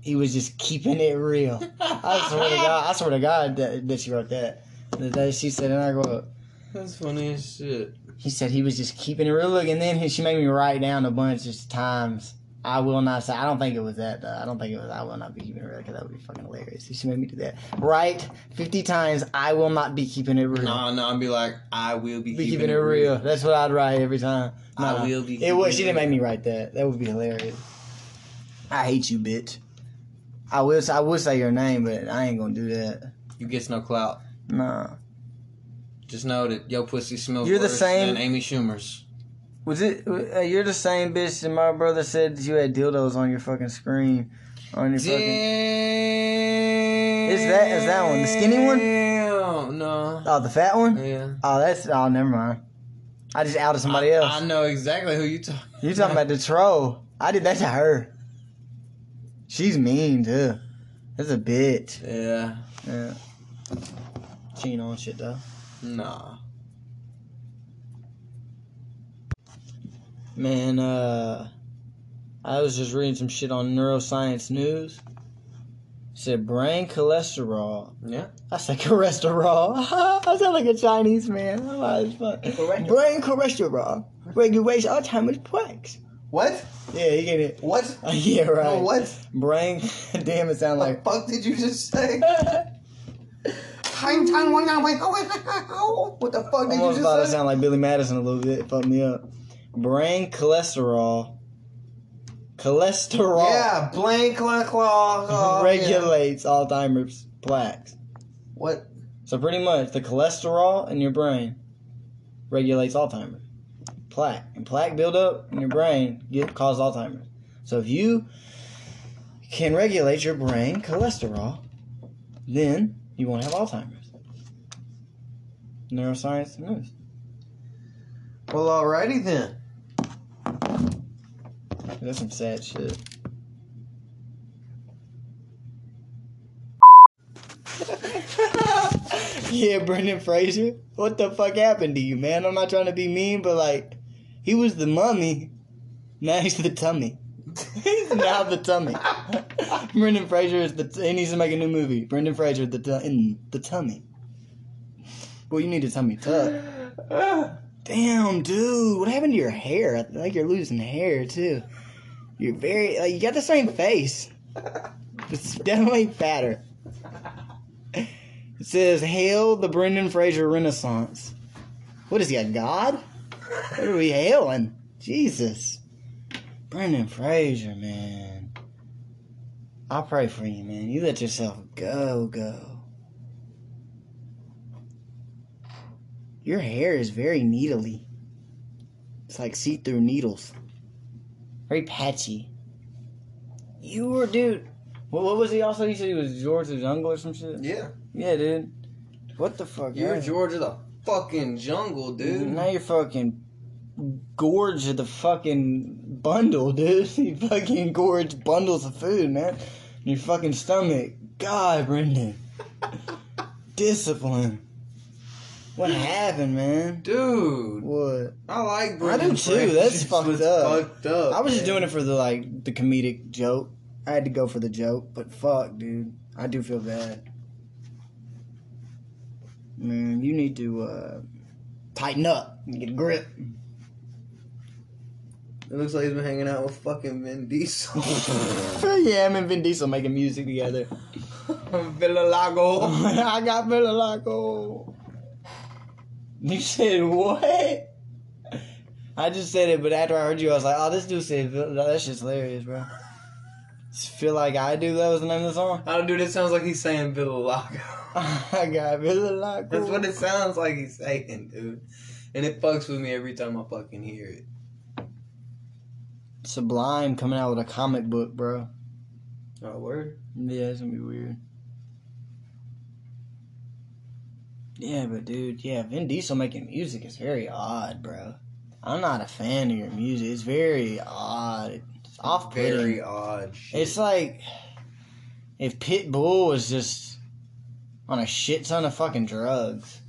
B: he was just keeping it real. I swear to God, I swear to God that, that she wrote that. That- That she said, and I quote,
A: That's funny as shit.
B: he said he was just keeping it real. Look, and then he- she made me write down a bunch of times. I will not say. I don't think it was that. Though. I don't think it was. I will not be keeping it real because that would be fucking hilarious. She made me do that. Write fifty times. I will not be keeping it real.
A: Nah, nah. I'd be like, I will be,
B: be keeping, it real. That's what I'd write every time.
A: I
B: Nah.
A: will be
B: It
A: keeping
B: was. She
A: it
B: didn't
A: real.
B: make me write that. That would be hilarious. I hate you, bitch. I will. I will say your name, but I ain't gonna do that.
A: You gets no clout.
B: Nah.
A: Just know that your pussy smells
B: You're the
A: worse
B: same-
A: than Amy Schumer's.
B: Was it? Uh, you're the same bitch that my brother said that you had dildos on your fucking screen, on your fucking.
A: Is
B: that- is that one the skinny one?
A: No.
B: Oh, the fat one.
A: Yeah.
B: Oh, that's. Oh, never mind. I just outed somebody else.
A: I know exactly who you talking.
B: you talking about the troll? I did that to her. She's mean too. That's a bitch.
A: Yeah.
B: Yeah. She ain't on shit though.
A: Nah.
B: Man, uh, I was just reading some shit on neuroscience news. It said brain cholesterol.
A: Yeah.
B: I said cholesterol. I sound like a Chinese man. I'm high as fuck.
A: Cholesterol.
B: Brain cholesterol regulates Alzheimer's plaques.
A: What?
B: Yeah, you get it.
A: What?
B: yeah, right.
A: No, Oh, what?
B: Brain. Damn, it sound like.
A: fuck did you just say? What the fuck
B: Almost about to sound like Billy Madison a little bit. Fuck me up. Brain cholesterol. Cholesterol.
A: Yeah, blank claw claw. claw, yeah.
B: regulates Alzheimer's plaques.
A: What?
B: So pretty much, the cholesterol in your brain regulates Alzheimer's plaque, and plaque buildup in your brain get cause Alzheimer's. So if you can regulate your brain cholesterol, then you won't have Alzheimer's. Neuroscience news.
A: Well, alrighty then.
B: That's some sad shit. yeah, Brendan Fraser. What the fuck happened to you, man? I'm not trying to be mean, but like, he was the mummy. Now he's the tummy. he's now the tummy. Brendan Fraser is the. T- he needs to make a new movie. Brendan Fraser the tu- in the tummy. Well, you need a tummy tuck. Damn, dude, what happened to your hair? I think you're losing hair too. You're very like you got the same face. It's definitely fatter. It says, "Hail the Brendan Fraser Renaissance." What is he a god? What are we hailing? Jesus, Brendan Fraser, man. I pray for you, man. You let yourself go, go. Your hair is very needly. It's like see-through needles. Very patchy. You were, dude. What, what was he also? You said he was George the Jungle or some shit.
A: yeah,
B: Yeah, dude. What the fuck?
A: you're
B: man?
A: George of the fucking jungle, dude.
B: Now you're fucking gorge of the fucking bundle, dude. You fucking gorge bundles of food, man. In your fucking stomach. God, Brendan. Discipline. What happened, man?
A: Dude,
B: What?
A: I like
B: I do
A: Brendan
B: too.
A: Fraser.
B: That's
A: It's
B: fucked up.
A: fucked up,
B: I was just
A: man.
B: doing it for the like the comedic joke. I had to go for the joke, but fuck, dude, I do feel bad. Man, you need to uh, tighten up, and get a grip.
A: It looks like he's been hanging out with fucking Vin Diesel.
B: yeah, him and Vin Diesel making music together.
A: Villalago.
B: I got Villa Loco. You said what? I just said it, but after I heard you, I was like, "Oh, this dude said Villa. That shit's hilarious, bro." Feel like I do. That was the name of the song.
A: Oh, dude, it sounds like he's saying Villalago.
B: I got Villa Loco.
A: That's what it sounds like he's saying, dude. And it fucks with me every time I fucking hear it.
B: Sublime coming out with a comic book, bro.
A: Oh, word?
B: Yeah, it's gonna be weird. Yeah, but dude, yeah, Vin Diesel making music is very odd, bro. I'm not a fan of your music. It's very odd. It's off
A: Very
B: putting.
A: odd shit.
B: It's like if Pitbull was just on a shit ton of fucking drugs.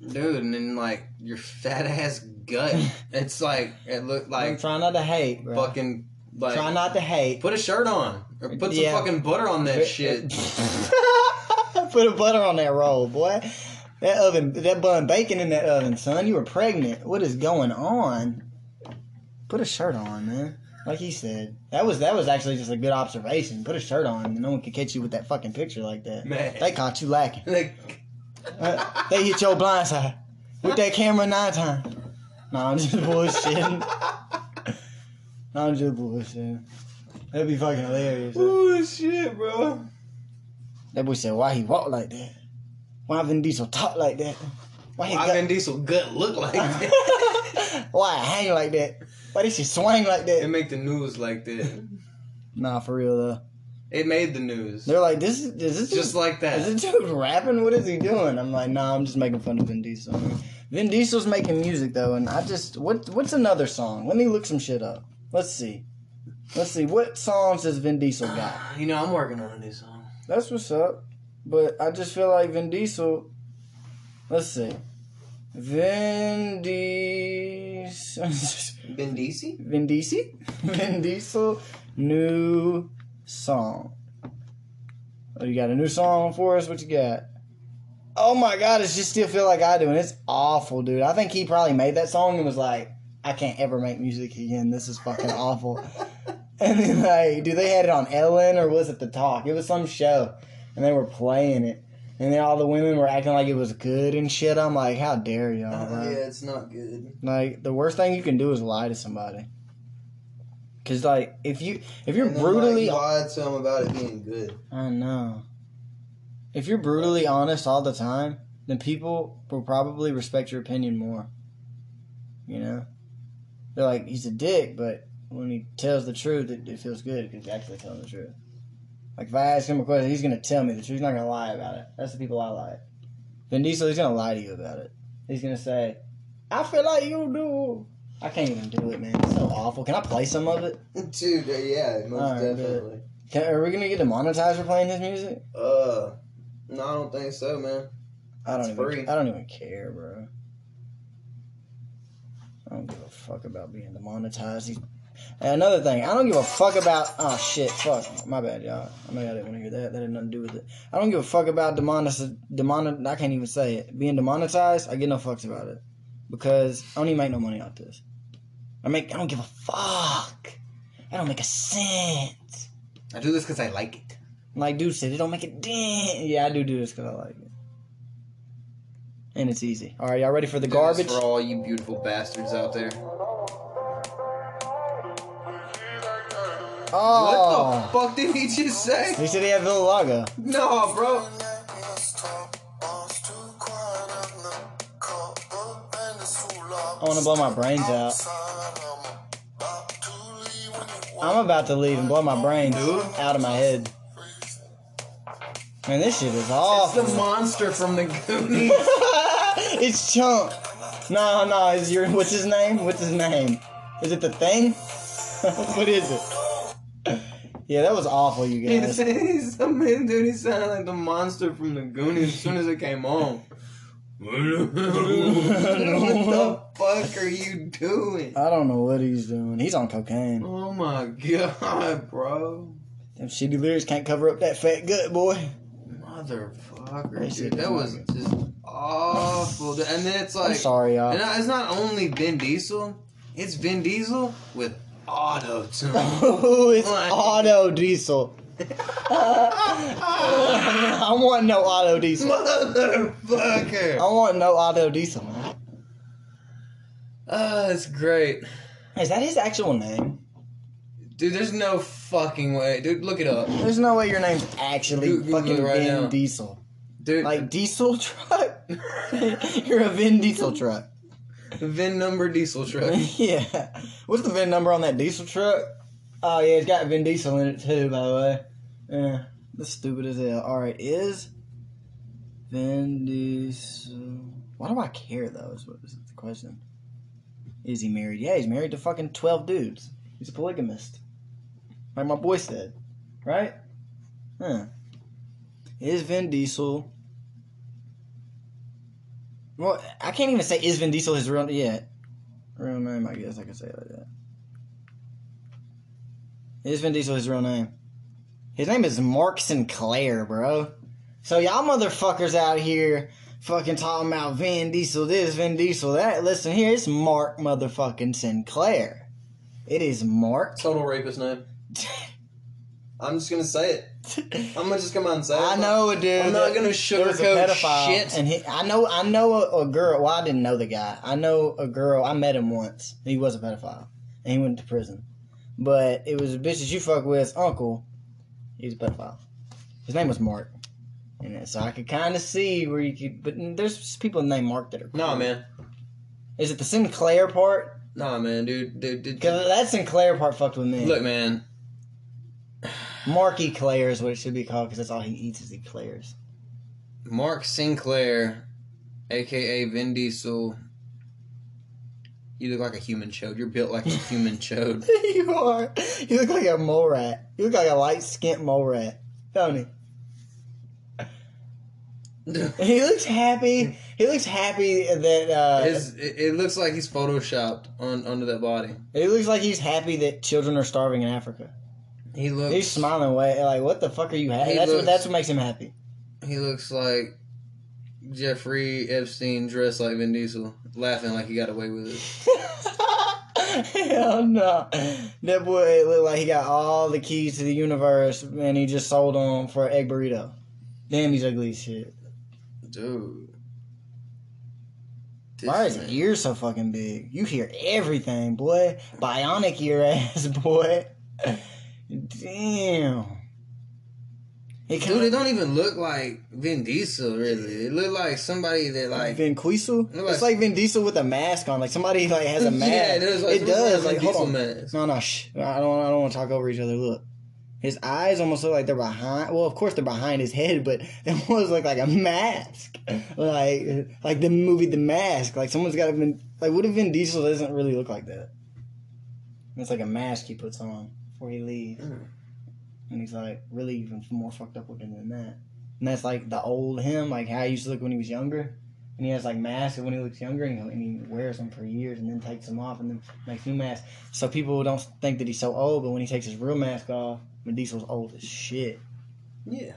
A: Dude, and then, like, your fat ass gut. It's like, it looked
B: Like
A: like
B: try not to hate, bro.
A: fucking. Like,
B: try not to hate.
A: Put a shirt on. Or put some
B: Yeah.
A: fucking butter on that shit.
B: uh, Put a butter on that roll, boy. That oven, that bun bacon in that oven, son. You were pregnant. What is going on? Put a shirt on, man. Like he said, that was that was actually just a good observation. Put a shirt on, no one could catch you with that fucking picture like that.
A: Man.
B: They caught you lacking.
A: Like,
B: Uh, they hit your blind side with that camera nine times. No, I'm just bullshitting. No, I'm just bullshitting. That'd be fucking hilarious.
A: oh shit, bro.
B: That boy said, "Why he walk like that? Why Vin Diesel talk like that? Why he
A: Why Vin Diesel gut look like
B: got-
A: that?
B: Why I hang like that? Why did she swing like
A: it
B: that?
A: make the news like that.
B: Nah, for real though.
A: It made the news.
B: They're like, this is is this
A: Just
B: just
A: like that.
B: is this dude rapping? What is he doing? I'm like, nah, I'm just making fun of Vin Diesel. Vin Diesel's making music though, and I just what what's another song? Let me look some shit up. Let's see. Let's see what songs does Vin Diesel got.
A: You know, I'm working on a new song.
B: That's what's up. But I just feel like Vin Diesel. Let's see. Vin Diesel.
A: Vin Diesel?
B: Vin Diesel? Vin Diesel. New song. Oh, you got a new song for us? What you got? Oh my god, it's just still feel like I do, and it's awful, dude. I think he probably made that song and was like, I can't ever make music again. This is fucking awful. And then like, dude, they had it on Ellen or was it the talk? It was some show. And they were playing it. And then all the women were acting like it was good and shit. I'm like, how dare y'all, bro?
A: Oh, yeah, it's not good.
B: Like the worst thing you can do is lie to somebody. Cause like if you if you're
A: And then,
B: brutally
A: like, lied to him about it being good.
B: I know. If you're brutally honest all the time, then people will probably respect your opinion more. You know? They're like, he's a dick, but when he tells the truth, it, it feels good because he's actually telling the truth. Like, if I ask him a question, he's going to tell me the truth. He's not going to lie about it. That's the people I like. Vin Diesel, he's going to lie to you about it. He's going to say, I feel like you do. I can't even do it, man. It's so awful. Can I play some of it?
A: Dude, uh, yeah, most
B: Alright, good.
A: definitely.
B: Can, are we going to get demonetized for playing his music?
A: Uh, no, I don't think so, man.
B: I don't
A: It's
B: even.
A: free.
B: I don't even care, bro. I don't give a fuck about being demonetized. These- And another thing, I don't give a fuck about. Oh shit, fuck. My bad, y'all. I know y'all didn't want to hear that. That had nothing to do with it. I don't give a fuck about demonet. Demonet. I can't even say it. Being demonetized, I get no fucks about it because I don't even make no money off this. I make. I don't give a fuck. I don't make a cent.
A: I do this because I like it.
B: Like dude said, it don't make a dent. Yeah, I do do this because I like it, and it's easy. All right, y'all ready for the garbage?
A: for all you beautiful bastards out there. What
B: Oh,
A: the fuck did he just say?
B: he said he had Villa Lago.
A: No, bro.
C: I
B: I want to blow my brains out. I'm about to leave and blow my brains
A: Dude.
B: out of my head. Man, this shit is
A: It's
B: awful.
A: the monster from the Goonies.
B: it's Chunk. No, no, is your what's his name? What's his name? Is it the thing? what is it? Yeah, that was awful, you
A: He
B: guys.
A: said- he's- I mean, dude, he sounded like the monster from the Goonies as soon as it came on. what the fuck are you doing?
B: I don't know what he's doing. He's on cocaine.
A: Oh my god, bro.
B: Them shitty lyrics can't cover up that fat gut, boy. That
A: Motherfucker.
B: shit
A: Dude, that
B: doesn't
A: was
B: like
A: just awful. dude. And then it's
B: I'm
A: like,
B: sorry,
A: and
B: y'all.
A: I- it's not only Vin Diesel, it's Vin Diesel with auto tune.
B: Ooh, it's
A: Like-
B: auto diesel. I want no auto diesel. I
A: Motherfucker.
B: want no auto diesel, man.
A: Oh, it's great.
B: Is that his actual name?
A: Dude, there's no fucking way. Dude, look it up.
B: There's no way your name's actually
A: Google it
B: fucking
A: right
B: Vin
A: now.
B: Diesel.
A: Dude,
B: Like diesel truck? You're a Vin Diesel truck.
A: VIN number diesel truck.
B: yeah. What's the VIN number on that diesel truck? Oh yeah, it's got Vin Diesel in it too, by the way. Yeah. That's stupid as hell. Alright, is Vin Diesel Why do I care though? Is what is the question. Is he married? Yeah, he's married to fucking twelve dudes. He's a polygamist. Like my boy said. Right? Huh. Is Vin Diesel well, I can't even say is Vin Diesel his real yeah real name. I guess I could say it like that. Is Vin Diesel his real name? His name is Mark Sinclair, bro. So y'all motherfuckers out here fucking talking about Vin Diesel this, Vin Diesel that. Listen here, it's Mark motherfucking Sinclair. It is Mark.
A: Total rapist name. I'm just gonna say it. I'm gonna just come out and say it.
B: I know a dude.
A: I'm not gonna
B: there was a
A: sugarcoat
B: pedophile,
A: shit.
B: And he, I know, I know a, a girl. Well, I didn't know the guy. I know a girl. I met him once. He was a pedophile, and he went to prison. But it was a bitch that you fuck with, uncle. He was a pedophile. His name was Mark, and so I could kind of see where you could. But there's people named Mark that are.
A: Nah, man.
B: Is it the Sinclair part?
A: Nah, man, dude. dude, dude, dude.
B: Because that Sinclair part fucked with me.
A: Look, man.
B: Marky Claire is what it should be called because that's all he eats is Eclairs.
A: Mark Sinclair, aka Vin Diesel. You look like a human chode. You're built like a human chode.
B: you are. You look like a mole rat. You look like a light skinned mole rat, don't he? He looks happy. He looks happy that uh,
A: His, it, it looks like he's photoshopped on under that body.
B: he looks like he's happy that children are starving in Africa.
A: He looks.
B: He's smiling away like, "What the fuck are you happy?"
A: He
B: That's what
A: looks-
B: that's what makes him happy.
A: He looks like Jeffrey Epstein dressed like Vin Diesel, laughing like he got away with it.
B: Hell no, that boy looked like he got all the keys to the universe, and he just sold them for an egg burrito. Damn, he's ugly as shit.
A: Dude. This
B: Why is
A: man-
B: his ear so fucking big? You hear everything, boy. Bionic ear ass, boy. Damn. It
A: Dude,
B: kind
A: it
B: of
A: don't even look like Vin Diesel, really. It look like somebody that, like,
B: Vin Diesel.
A: It looks-
B: It's like Vin Diesel with a mask on. Like somebody like has a mask.
A: Yeah, there's like,
B: it does.
A: like
B: Like
A: Diesel
B: hold on.
A: mask.
B: No, no, shh. I don't. I don't want to talk over each other. Look, his eyes almost look like they're behind. Well, of course they're behind his head, but they almost look like a mask. Like like the movie The Mask. Like someone's got to been like what if Vin Diesel doesn't really look like that? It's like a mask he puts on before he leaves,
A: Mm.
B: and he's like really even more fucked up looking than that. And that's like the old him, like how he used to look when he was younger. And he has like masks when he looks younger, and he- and he wears them for years, and then takes them off, and then makes new masks. So people don't think that he's so old, but when he takes his real mask off, Vin Diesel's old as shit.
A: Yeah.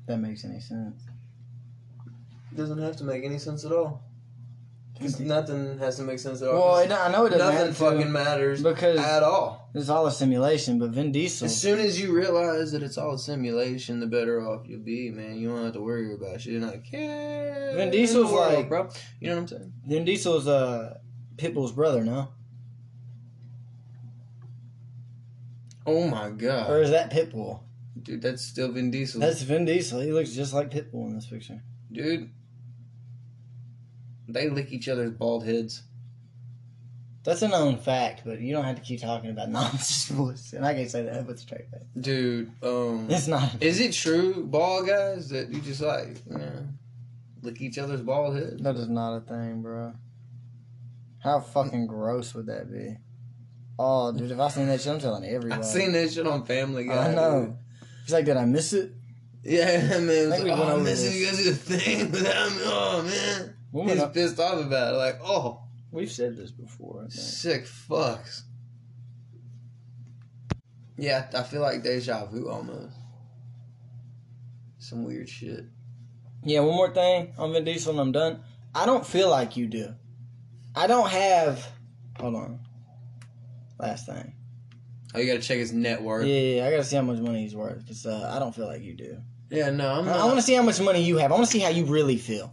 B: If that makes any sense.
A: Doesn't have to make any sense at all. 'Cause nothing has to make sense at all.
B: Well,
A: 'Cause
B: it, I know it doesn't
A: nothing
B: have to,
A: fucking matters
B: because
A: at all.
B: it's all a simulation. But Vin Diesel,
A: As soon as you realize that it's all a simulation, the better off you'll be, man. You don't have to worry about shit. You're not like, yeah.
B: Vin Diesel's
A: world,
B: like-
A: bro. You know what I'm saying?
B: Vin Diesel's uh, Pitbull's brother, no?
A: Oh my god,
B: Or is that Pitbull?
A: dude, that's still Vin Diesel,
B: Uh, That's Vin Diesel. He looks just like Pitbull in this picture.
A: dude. They lick each other's bald heads.
B: That's a known fact, but you don't have to keep talking about non-sports. And I can say that with a straight face.
A: Dude, um,
B: It's not.
A: is it true, bald guys, that you just like, yeah, lick each other's bald heads?
B: That is not a thing, bro. How fucking gross would that be? Oh, dude, if I seen that shit, I'm telling everybody.
A: I seen that shit on Family Guy.
B: I know. He's like, did I miss it?
A: Yeah, man. It's
B: think
A: like,
B: we went
A: oh,
B: over
A: man, so
B: this.
A: you guys did a thing without me. Oh, man.
B: We'll
A: He's
B: not-
A: pissed off about it. Like, oh,
B: We've said this before. I think.
A: sick fucks. Yeah, I feel like deja vu almost. Some weird shit.
B: Yeah, one more thing on Vin Diesel and I'm done. I don't feel like you do. I don't have. Hold on. Last thing.
A: Oh, you gotta check his net worth.
B: Yeah,
A: Yeah,
B: yeah, I gotta see how much money he's worth because uh, I don't feel like you do.
A: no, I'm
B: I,
A: not.
B: I want to see how much money you have. I want to see how you really feel.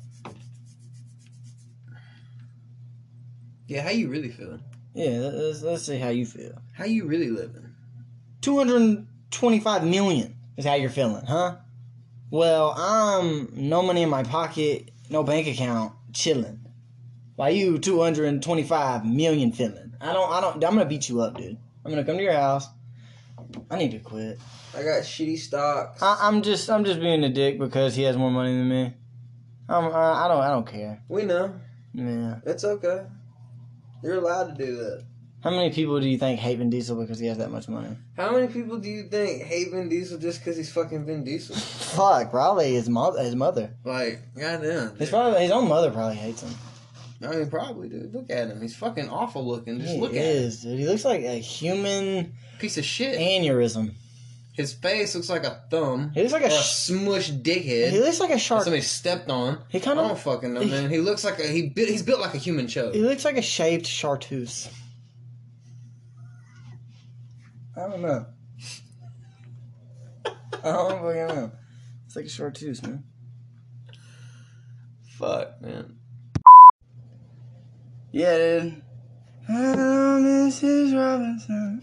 A: yeah, how you really feeling?
B: Yeah, let- let's, let's see how you feel.
A: How you really living?
B: Two hundred twenty-five million is how you're feeling, huh? Well, I'm no money in my pocket, no bank account, chilling. Why you two hundred twenty-five million feeling? I don't. I don't. I'm gonna beat you up, dude. I'm gonna come to your house. I need to quit.
A: I got shitty stocks.
B: I, I'm just. I'm just being a dick because he has more money than me. I'm, I, I don't. I don't care.
A: we know.
B: Yeah.
A: It's okay. You're allowed to do that.
B: How many people do you think hate Vin Diesel because he has that much money?
A: How many people do you think hate Vin Diesel just because he's fucking Vin Diesel?
B: Fuck, probably his mother. His mother.
A: Like, goddamn.
B: His probably his own mother probably hates him.
A: I mean, probably, dude. Look at him. He's fucking awful looking. Just
B: he
A: look at him.
B: is, dude. He looks like a human
A: Piece of shit.
B: aneurysm.
A: His face looks like a thumb.
B: He looks like
A: Or
B: a
A: a
B: sh-
A: smushed
B: he
A: dickhead.
B: looks like a shark.
A: Somebody stepped on.
B: He
A: I
B: kind
A: don't
B: of
A: fucking know, man. He looks like a he built. He's built like a human
B: he
A: chode.
B: looks like a shaved chartreuse. I don't know. I don't fucking know. It's like a chartreuse, man.
A: Fuck, man.
B: Yeah, dude. Hello, Mrs. Oh, Robinson.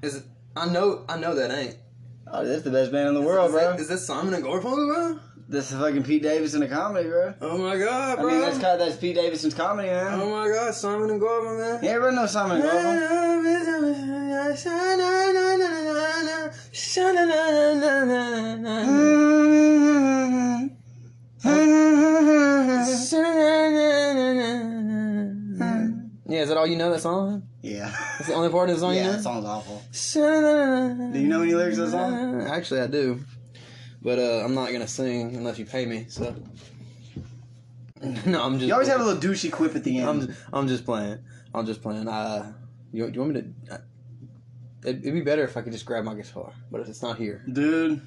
A: Is it? I know. I know that ain't.
B: Oh, that's the best band in the world, bro.
A: this Simon and Garfunkel, bro?
B: That's the fucking Pete Davidson of comedy, bro.
A: Oh my god, Oh
B: I mean, that's kind of, that's Pete Davidson's comedy, man.
A: my god, Simon and Garfunkel, man.
B: yeah, everyone knows Simon and Garfunkel. Mm.
A: Yeah, is that all you know that song?
B: Yeah.
A: That's the only part of the song
B: yeah,
A: you know?
B: that song's awful.
A: Do
B: you know any lyrics to that song?
A: Actually, I do, but uh, I'm not gonna sing unless you pay me. So no, I'm just.
B: You always have a little douchey quip at the end.
A: I'm just, I'm just playing. I'm just playing. Uh, you, you want me to? Uh, it'd, it'd be better if I could just grab my guitar, but it's not here.
B: Dude,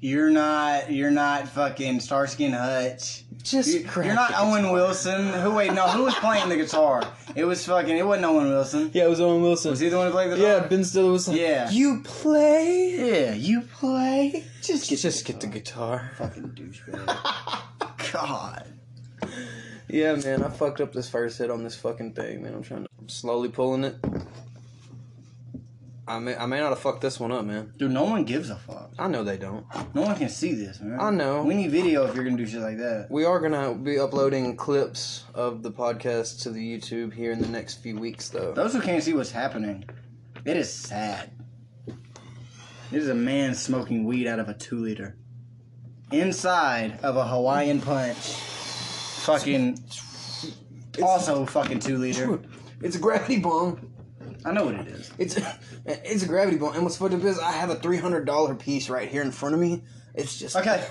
B: you're not you're not fucking Starsky and Hutch.
A: Just
B: You, are not Owen Wilson. Who wait? No, who was playing the guitar? It was fucking. It wasn't Owen Wilson.
A: Yeah, it was Owen Wilson.
B: Was he the one who played the
A: yeah,
B: guitar?
A: Ben Stiller was like,
B: Yeah.
A: You play?
B: Yeah, you play. Just get
A: Just get the guitar.
B: fucking douchebag. God.
A: Yeah, man, I fucked up this first hit on this fucking thing, man. I'm trying to. I'm slowly pulling it. I may, I may not have fucked this one up, man.
B: Dude, no one gives a fuck.
A: I know they don't.
B: No one can see this, man.
A: I know.
B: We need video if you're gonna do shit like that.
A: We are gonna be uploading clips of the podcast to the YouTube here in the next few weeks, though.
B: Those who can't see what's happening, it is sad. It is a man smoking weed out of a two liter. Inside of a Hawaiian punch. Fucking also fucking two liter.
A: It's a gravity bomb.
B: I know what it is.
A: It's it's a gravity bomb. And what's fucked up is I have a three hundred dollar piece right here in front of me. It's just
B: Okay.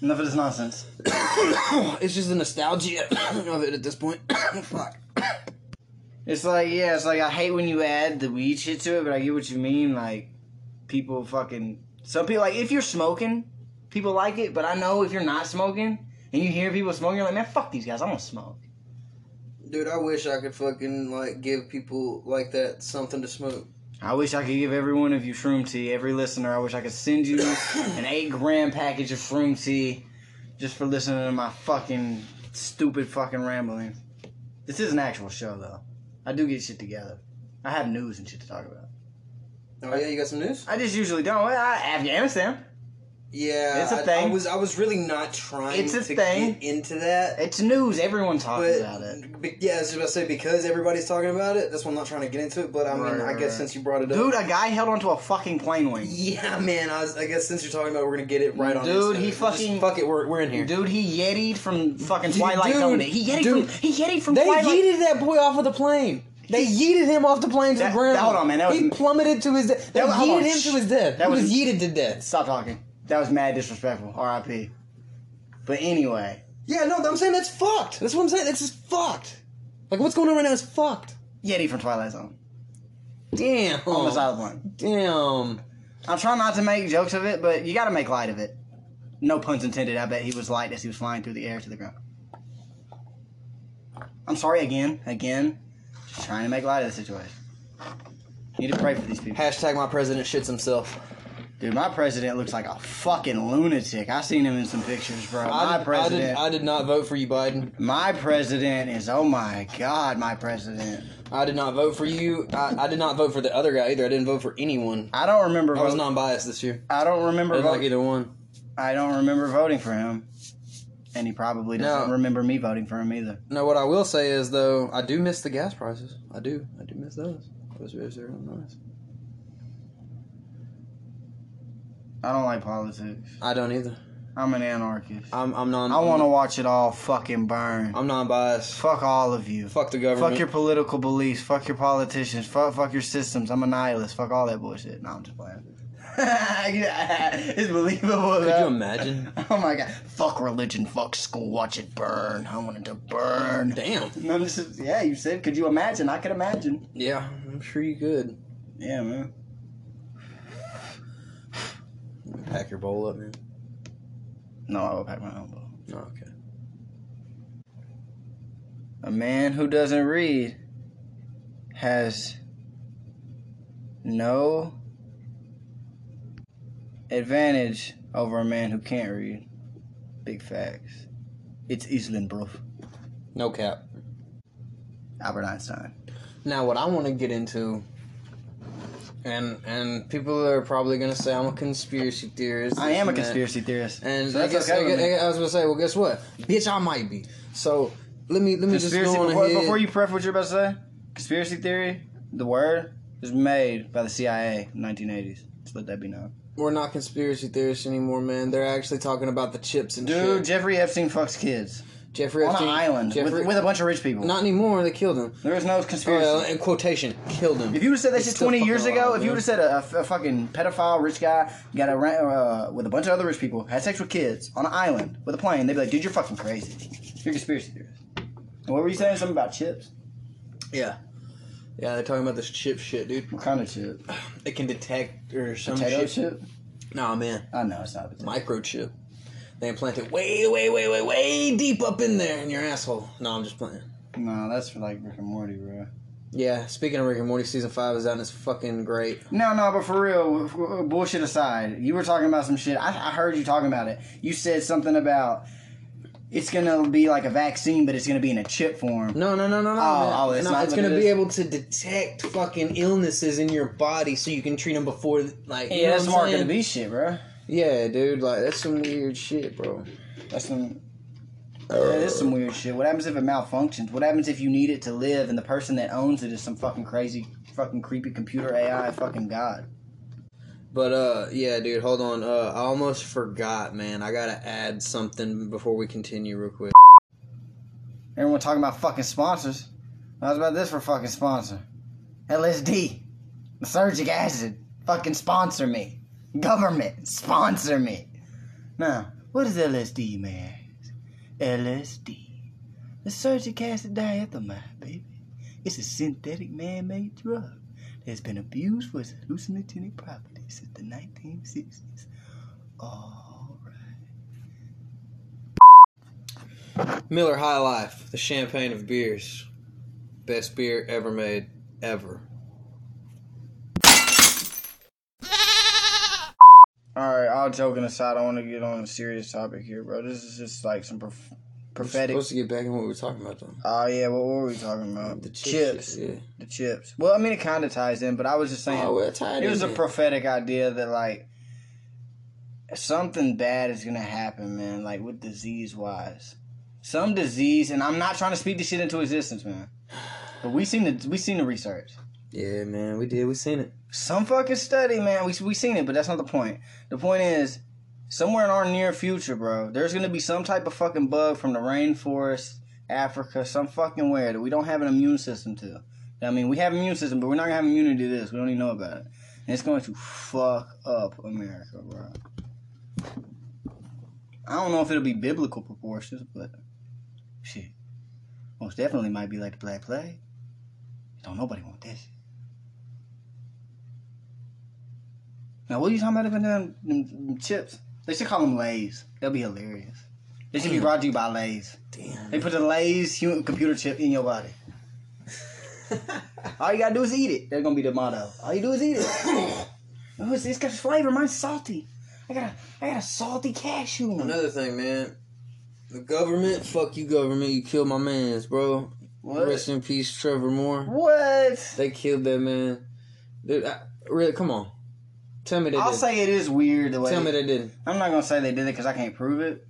B: Enough of this nonsense.
A: It's just the nostalgia of it at this point. Fuck.
B: It's like yeah, it's like I hate when you add the weed shit to it, but I get what you mean. Like people fucking some people like if you're smoking, people like it, but I know if you're not smoking and you hear people smoking, you're like man, fuck these guys, I don't smoke.
A: Dude, I wish I could fucking like give people like that something to smoke.
B: I wish I could give every one of you shroom tea, every listener. I wish I could send you an eight gram package of shroom tea just for listening to my fucking stupid fucking rambling. This is an actual show though. I do get shit together. I have news and shit to talk about.
A: Oh yeah, you got some news?
B: I just usually don't. I, Afghanistan.
A: Yeah,
B: It's a
A: I-
B: thing.
A: I was I was really not trying
B: It's a
A: to
B: thing.
A: get into that.
B: It's news. Everyone talks
A: But
B: about it.
A: be- yeah, I was just about to say because everybody's talking about it. That's why I'm not trying to get into it. But I mean,
B: Right,
A: I
B: right,
A: guess
B: right.
A: since you brought it up,
B: Dude, a guy held onto a fucking plane wing.
A: Yeah, man. I, was, I guess since you're talking about, it, we're gonna get it right on.
B: Dude,
A: Insta.
B: he
A: Just
B: fucking-
A: fuck it. We're, we're in here.
B: Dude, he yetied from fucking
A: Dude,
B: Twilight
A: dude,
B: Zone. He yetied
A: dude.
B: from he yetied from Twilight.
A: that boy off of the plane. They yeeted him off the plane to
B: That- hold on, man, that was-
A: plummeted to his death.
B: That was- hold on, shh. That was-
A: yeeted to death.
B: Stop talking. That was mad disrespectful. R.I.P. But anyway,
A: Yeah, no, I'm saying that's fucked. That's what I'm saying. That's just fucked. Like what's going on right now is fucked.
B: Yeti from Twilight Zone
A: Damn.
B: on the sideline.
A: Damn.
B: I'm trying not to make jokes of it, but you got to make light of it. No puns intended. I bet he was light as he was flying through the air to the ground. I'm sorry again, again. Just trying to make light of the situation. Need to pray for these people.
A: Hashtag my president shits himself.
B: Dude, my president looks like a fucking lunatic. I seen him in some pictures, bro.
A: I
B: My
A: did, I, did,
B: president,
A: I did not vote for you, Biden.
B: my president is oh my god, my president.
A: I did not vote for you. I, I did not vote for the other guy either. I didn't vote for anyone.
B: I don't remember.
A: I was
B: vote-
A: non-biased this year.
B: I don't
A: I
B: remember.
A: didn't like
B: Vote-
A: either one.
B: I don't remember voting for him, and he probably doesn't
A: No.
B: remember me voting for him either.
A: No, what I will say is though, I do miss the gas prices. I do. I do miss those. Those are, those are nice.
B: I don't like politics.
A: I don't either.
B: I'm an anarchist. I,
A: I'm I'm non.
B: want to watch it all fucking burn.
A: I'm non-biased.
B: Fuck all of you.
A: Fuck the government.
B: Fuck your political beliefs. Fuck your politicians. Fuck, fuck your systems. I'm a nihilist. Fuck all that bullshit. No, I'm just playing. it's believable.
A: Could you imagine?
B: Oh my god. Fuck religion. Fuck school. Watch it burn. I want it to burn.
A: Damn.
B: No, this is, yeah, you said. Could you imagine? I could imagine.
A: Yeah, I'm sure you could.
B: Yeah, man.
A: Pack your bowl up, man.
B: No, I will pack my own book.
A: Oh, okay.
B: A man who doesn't read has no advantage over a man who can't read. Big facts. It's Island, bro.
A: No cap.
B: Albert Einstein.
A: Now, what I want to get into, and and people are probably gonna say I'm a conspiracy theorist.
B: I am a
A: this and that.
B: conspiracy theorist.
A: And
B: so
A: I,
B: that's
A: guess,
B: okay
A: I,
B: with me.
A: guess- I was gonna say, well, guess what, bitch, I might be. So let me let me just
B: Conspiracy.
A: go on
B: Before,
A: ahead.
B: before you prep what you're about to say, conspiracy theory, the word was made by the CIA in 1980s. Just let that be known.
A: We're not conspiracy theorists anymore, man. They're actually talking about the chips and
B: Dude,
A: shit.
B: Jeffrey Epstein fucks kids
A: Jeffrey Epstein,
B: on an island
A: Jeffrey,
B: with, with a bunch of rich people.
A: not anymore. They killed him.
B: there is no conspiracy.
A: Well, in quotation, killed him.
B: if you would have said that
A: He's
B: shit
A: still
B: 20 years
A: fucking
B: ago,
A: alive,
B: if you
A: man.
B: would have said a, a fucking pedophile rich guy got a, ra- uh, with a bunch of other rich people, had sex with kids on an island with a plane, they'd be like, dude, you're fucking crazy. You're a conspiracy theorist. And What were you saying? Something about chips?
A: yeah, yeah, they're talking about this chip shit, dude.
B: What kind of chip?
A: It can detect or some
B: Potato
A: shit.
B: chip?
A: Nah, man,
B: I know it's not. a potato.
A: microchip. They implant it way, way, way, way, way deep up in there in your asshole. No, I'm just playing.
B: No, that's for like Rick and Morty, bro.
A: Yeah, speaking of Rick and Morty, season five is out and it's fucking great.
B: No, no, but for real, f- f- bullshit aside, you were talking about some shit. I, I heard you talking about it. You said something about it's gonna be like a vaccine, but it's gonna be in a chip form.
A: No, no, no, no, no.
B: Oh,
A: man.
B: oh, it's
A: no,
B: not
A: it's
B: what
A: gonna
B: it
A: be
B: is?
A: able to detect fucking illnesses in your body so you can treat them before, like, you know
B: yeah,
A: what I'm
B: that's smart gonna
A: saying?
B: be shit, bro.
A: Yeah, dude, like that's some weird shit, bro.
B: That's some. That is some weird shit. What happens if it malfunctions? What happens if you need it to live and the person that owns it is some fucking crazy, fucking creepy computer AI fucking god?
A: But uh, yeah, dude, hold on. Uh, I almost forgot, man. I gotta add something before we continue, real quick.
B: Everyone talking about fucking sponsors. How's about this for fucking sponsor? LSD, Lysergic acid. Fucking sponsor me. Government, sponsor me. Now, what is LSD, man? LSD, Lysergic acid diethamide, baby. It's a synthetic man-made drug that's been abused for its hallucinogenic properties since the 1960s. All right.
A: Miller High Life, the champagne of beers, best beer ever made, ever.
B: All right, all joking aside, I want to get on a serious topic here, bro. This is just like some prof- prophetic.
A: We're supposed to get back in what we were talking about, though.
B: Oh yeah, what were we talking about? The Uh, chips,
A: shit,
B: the chips. Well, I mean, it kind of ties in, but I was just
A: yeah.
B: saying
A: Oh, we're tired.
B: it was a
A: of
B: prophetic idea that like something bad is gonna happen, man. Like with disease wise, some disease, and I'm not trying to speak this shit into existence, man. But we seen the we seen the research.
A: Yeah, man, we did. We seen it.
B: Some fucking study, man. We we seen it, but that's not the point. The point is, somewhere in our near future, bro, there's gonna be some type of fucking bug from the rainforest, Africa, some fucking where that we don't have an immune system to. I mean, we have immune system, but we're not gonna have immunity to this. We don't even know about it, and it's going to fuck up America, bro. I don't know if it'll be biblical proportions, but shit, most definitely might be like the Black Plague. Don't nobody want this. Now, what are you talking about? Even them, them, them chips? They should call them Lay's. That'd be hilarious. They should be brought to you by Lay's.
A: Damn.
B: They put the Lay's human computer chip in your body. All you gotta do is eat it. That's gonna be the motto. All you do is eat it. oh, it's, it's got flavor. Mine's salty. I got a, I got a salty cashew.
A: Another thing, man. The government, fuck you, government. You killed my man's, bro. Rest in peace, Trevor Moore.
B: What?
A: They killed that man. Dude, I, really, come on. Tell me they
B: I'll
A: did.
B: say it is weird the way.
A: Tell me they didn't.
B: I'm not gonna say they did it because I can't prove it.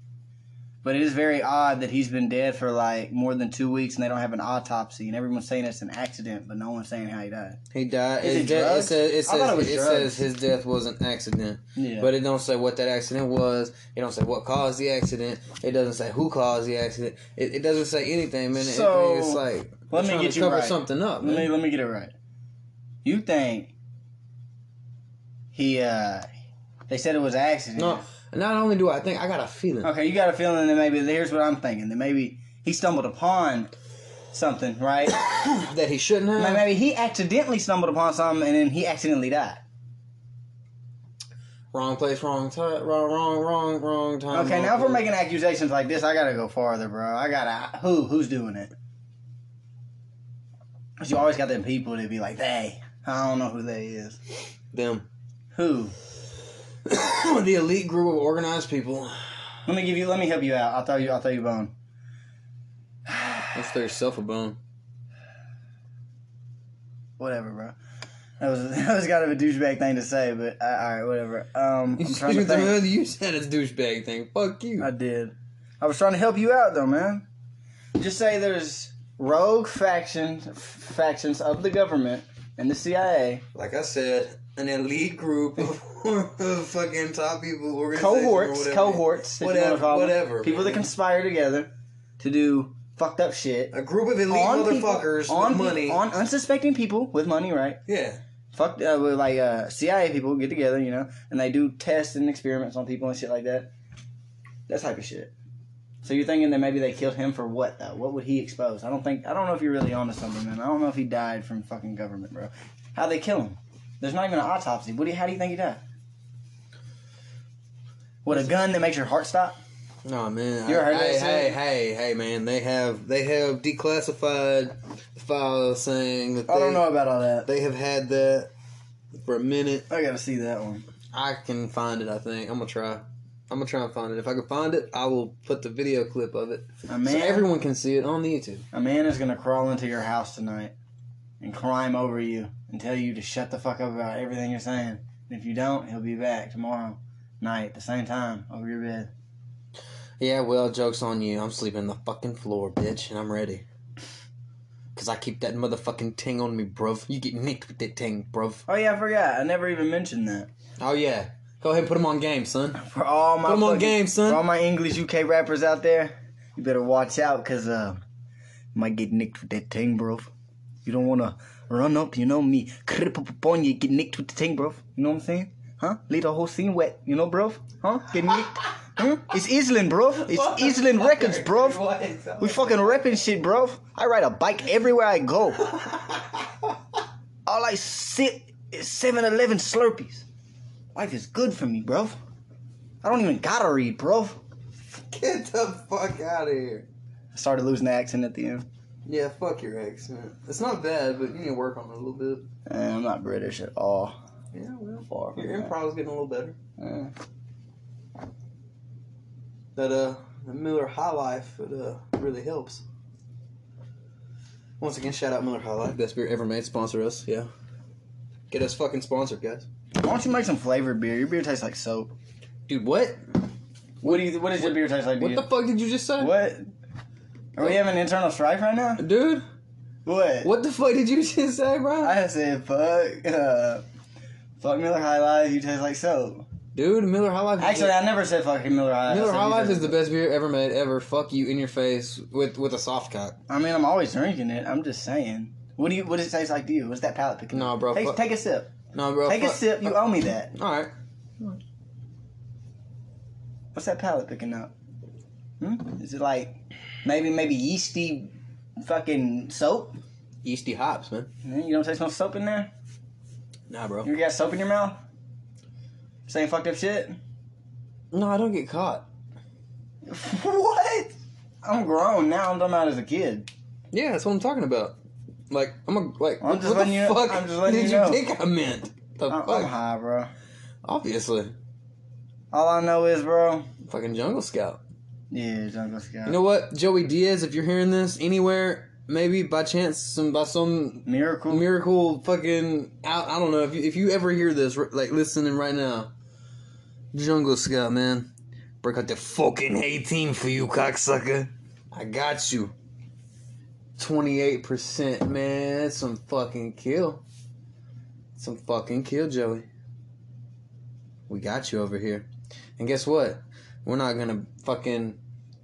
B: But it is very odd that he's been dead for like more than two weeks and they don't have an autopsy and everyone's saying it's an accident, but no one's saying how he died.
A: He died.
B: Is
A: His
B: it
A: death-
B: drugs?
A: says, it,
B: I thought
A: says,
B: it was
A: it
B: drugs.
A: says his death was an accident,
B: Yeah.
A: but it don't say what that accident was. It don't say what caused the accident. It doesn't say who caused the accident. It, it doesn't say anything, man. It-
B: So,
A: it's like
B: let me
A: trying
B: get
A: to
B: you
A: cover
B: right.
A: something up,
B: let me
A: man.
B: let me get it right. You think he? uh They said it was an accident.
A: No, not only do I think I got a feeling.
B: Okay, you got a feeling that maybe here's what I'm thinking that maybe he stumbled upon something, right?
A: that he shouldn't have.
B: Like, maybe he accidentally stumbled upon something and then he accidentally died.
A: Wrong place, wrong time. Wrong, wrong, wrong, wrong time.
B: Okay,
A: wrong
B: now if we're
A: place.
B: making accusations like this, I gotta go farther, bro. I gotta who who's doing it? 'Cause you always got them people that be like, they. I don't know who they is.
A: them
B: Who?
A: the elite group of organized people.
B: Let me give you. Let me help you out. I'll throw you. I'll throw you a bone.
A: Let's throw yourself a bone.
B: Whatever, bro. That was that was kind of a douchebag thing to say, but uh, all right, whatever. Um,
A: You
B: I'm trying to think.
A: said it's douchebag thing. Fuck you.
B: I did. I was trying to help you out though, man. Just say there's rogue factions factions of the government and the CIA
A: like I said, an elite group of, of fucking top people, organizations, or
B: cohorts
A: whatever.
B: cohorts if you
A: Whatever-
B: wanna call them.
A: whatever,
B: people that
A: man.
B: conspire together to do fucked up shit
A: A group of elite
B: people-
A: motherfuckers
B: on
A: with
B: peop-
A: money.
B: on unsuspecting people with money, right?
A: yeah,
B: Fucked uh, with, like uh, CIA people get together, you know, and they do tests and experiments on people and shit like that. That type of shit. So you're thinking that maybe they killed him for what though? What would he expose? I don't think I don't know if you're really onto something, man. I don't know if he died from fucking government, bro. How'd they kill him? There's not even an autopsy. What do you, how do you think he died? With a gun that makes your heart stop?
A: no man.
B: You
A: I-
B: heard that
A: hey, hey,
B: shit?
A: hey, hey, man. They have they have declassified files saying that they,
B: I don't know about all that.
A: they have had that for a minute.
B: I gotta see that one.
A: I can find it. I think I'm gonna try. I'm gonna try and find it. If I can find it, I will put the video clip of it
B: A man
A: so everyone can see it on the YouTube.
B: A man is gonna crawl into your house tonight and climb over you and tell you to shut the fuck up about everything you're saying. And if you don't, he'll be back tomorrow night at the same time over your bed.
A: Yeah, well, joke's on you. I'm sleeping on the fucking floor, bitch, and I'm ready. Cause I keep that motherfucking ting on me, bruv. You get nicked with that ting, bruv.
B: Oh yeah, I forgot. I never even mentioned that.
A: Oh yeah. Go ahead and put them on game, son.
B: For all my
A: Put 'em on
B: fucking-
A: game, son.
B: For all my English UK rappers out there, you better watch out, cause uh, you might get nicked with that thing, bro. You don't wanna run up, you know me, crip up upon you, get nicked with the thing, bro. You know what I'm saying? Huh? Leave the whole scene wet, you know, bro? Huh? Get nicked. Huh? It's Island, bro. It's Island Records, bro. We fucking repping shit, bro. I ride a bike everywhere I go. All I sip is 7 Eleven Slurpees. Life is good for me, bro. I don't even gotta read, bro.
A: Get the fuck out of here.
B: I started losing the accent at the end.
A: Yeah, fuck your ex, man. It's not bad, but you need to work on it a little bit.
B: Eh, I'm not British at all.
A: Yeah, well,
B: Far from
A: your
B: that.
A: improv's getting a little better.
B: Eh.
A: that uh the Miller High Life it, uh, really helps. Once again, shout out Miller High Life. Best beer ever made. Sponsor us, yeah. Get us fucking sponsored, guys.
B: Why don't you make some flavored beer? Your beer tastes like soap.
A: Dude, what?
B: What do you? What does your beer taste like?
A: What the fuck did you just say?
B: what? Are we having internal strife right now?
A: Dude,
B: What?
A: what the fuck did you just say, bro?
B: I said fuck. Uh, fuck Miller High Life. You taste like soap.
A: Dude, Miller High Life.
B: Actually, I never said fucking Miller High. I
A: Miller
B: said
A: High
B: you
A: Life
B: said-
A: is the best beer ever made. Ever. Fuck you in your face with with a soft cock.
B: I mean, I'm always drinking it. I'm just saying. What do you? What does it taste like to you? What's that palate picking?
A: No,
B: up?
A: bro,
B: Take,
A: fuck-
B: take a sip.
A: No, bro.
B: Take a
A: fuck-
B: sip. You owe me that.
A: All right.
B: What's that palate picking up? Hmm? Is it like maybe maybe yeasty fucking soap?
A: Yeasty hops, man.
B: Man, You don't taste no soap in there?
A: Nah, bro.
B: You got soap in your mouth? Same fucked up shit?
A: No, I don't get caught.
B: what? I'm grown now. I'm talking about as a kid.
A: Yeah, that's what I'm talking about. Like, I'm a like.
B: I'm just
A: what
B: letting
A: the
B: you-
A: fuck
B: I'm just letting
A: did you,
B: you know. Uh, uh-huh.
A: think I meant? The
B: I'm, I'm
A: fuck?
B: high, bro.
A: Obviously,
B: All I know is, bro.
A: fucking Jungle Scout.
B: Yeah, Jungle Scout.
A: You know what, Joey Diaz? If you're hearing this anywhere, maybe by chance, some by some
B: Miracle.
A: miracle, fucking I, I don't know. If you, if you ever hear this, r- like listening right now, Jungle Scout, man, break out the fucking eighteen for you, cocksucker. I got you. Twenty eight percent, man. That's some fucking kill. Some fucking kill, Joey. We got you over here, and guess what? We're not gonna fucking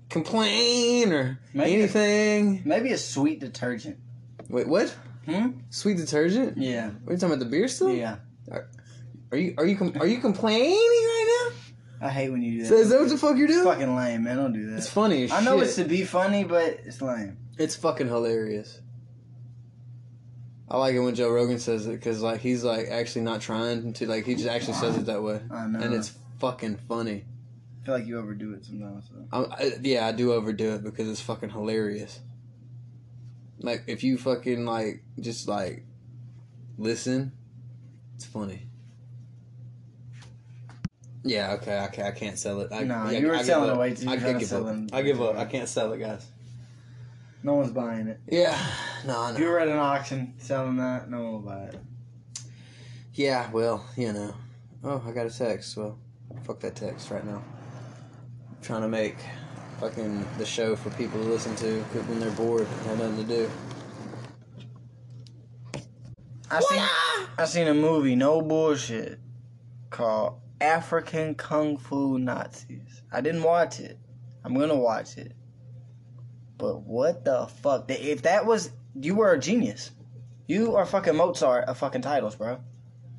A: complain or
B: Maybe-
A: anything.
B: Maybe a sweet detergent.
A: Wait, what?
B: Hmm?
A: Sweet detergent?
B: Yeah.
A: Are you talking about the beer still?
B: Yeah.
A: Are you are you com- are you complaining right
B: I hate when you do
A: now?
B: that.
A: So is that what the fuck you're
B: It's
A: doing?
B: fucking lame, man. Don't do that.
A: It's funny. As
B: I know
A: shit.
B: it's to be funny, but it's lame.
A: It's fucking hilarious. I like it when Joe Rogan says it because like he's like actually not trying to like he just actually says it that way
B: I know.
A: and it's fucking funny.
B: I feel like you overdo it sometimes. So.
A: I, I, yeah, I do overdo it because it's fucking hilarious. Like if you fucking like just like listen, it's funny. Yeah, okay, I, ca- I can't sell it. I,
B: Nah,
A: yeah,
B: you were
A: I give
B: selling
A: up.
B: it way too-
A: I,
B: you
A: I
B: tried to
A: give
B: sell
A: up.
B: it.
A: I give up. I can't sell it, guys.
B: No one's buying it.
A: Yeah, no, I
B: If
A: know.
B: you were at an auction selling that, no one will buy it.
A: Yeah, well, you know. Oh, I got a text. Well, fuck that text right now. I'm trying to make fucking the show for people to listen to when they're bored and have nothing to do.
B: I seen, I seen a movie, no bullshit, called African Kung Fu Nazis. I didn't watch it. I'm gonna watch it. But what the fuck? Th- If that was you were a genius. You are fucking Mozart of fucking titles, bro.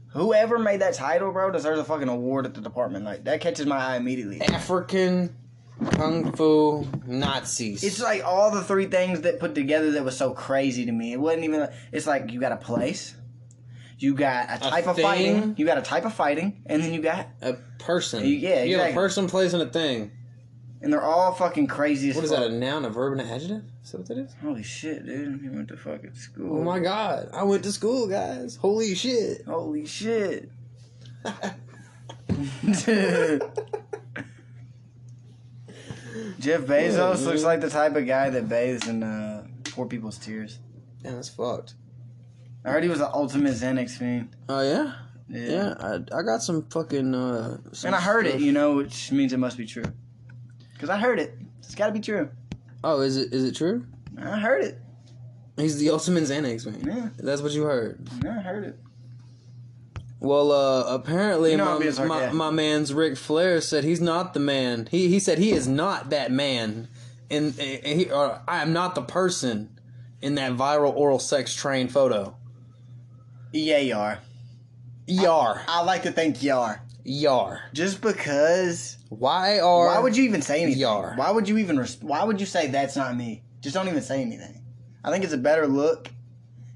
B: Whoever made that title, bro, deserves a fucking award at the department. Like that catches my eye immediately.
A: African Kung Fu Nazis.
B: It's like all the three things that put together that was so crazy to me. It wasn't even. It's like you got a place, you got a type of
A: thing?
B: fighting, you got a type of fighting, and then you got,
A: a person.
B: You- yeah,
A: You have
B: exactly.
A: a person, place, and a thing.
B: and they're all fucking crazy. As
A: What is
B: fuck.
A: that, a noun, a verb, and an adjective? Is that what that is?
B: Holy shit, dude! He went to fucking school.
A: Oh my god. I went to school, guys. Holy shit.
B: Holy shit! Jeff Bezos
A: Yeah,
B: looks
A: man.
B: like the type of guy that bathes in uh, poor people's tears.
A: Damn, that's fucked.
B: I heard he was an ultimate Xanax fiend.
A: Oh, yeah? Yeah, I, I got some fucking. Uh, some
B: And I heard it,
A: stuff.
B: you know, which means it must be true. Because I heard it. It's got to be true.
A: Oh, is it is it true?
B: I heard it.
A: He's the ultimate Xanax man.
B: Yeah.
A: That's what you heard.
B: I heard it.
A: Well, uh, apparently
B: You know I'm being
A: my, my,
B: sarcastic.
A: my man's Ric Flair said he's not the man. He he said he is not that man, and, and he or I am not the person in that viral oral sex train photo.
B: Yeah, you are.
A: Yar
B: I like to think you are.
A: yar.
B: Just because.
A: Why are?
B: why would you even say anything?
A: Yar.
B: Why would you even. Res- why would you say that's not me? Just don't even say anything. I think it's a better look.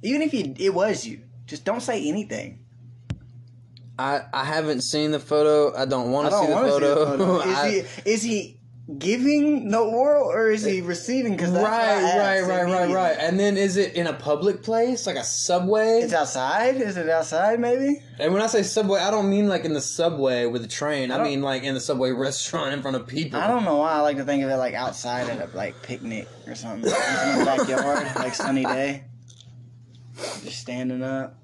B: Even if you, it was you, just don't say anything.
A: I I haven't seen the photo. I don't want
B: I
A: to see
B: don't
A: the
B: want to see the photo.
A: photo.
B: Is,
A: I-
B: he, is he giving the oral or is he receiving? Because
A: Right,
B: that's what I
A: right, right,
B: asked
A: right,
B: immediately.
A: right. And then is it in a public place, like a subway?
B: It's outside. Is it outside? Maybe.
A: And when I say subway, I don't mean like in the subway with a train. I,
B: don't-
A: mean like in the subway restaurant in front of people.
B: I don't know why I like to think of it like outside at a like picnic or something. Just in the backyard, like sunny day. Just standing up.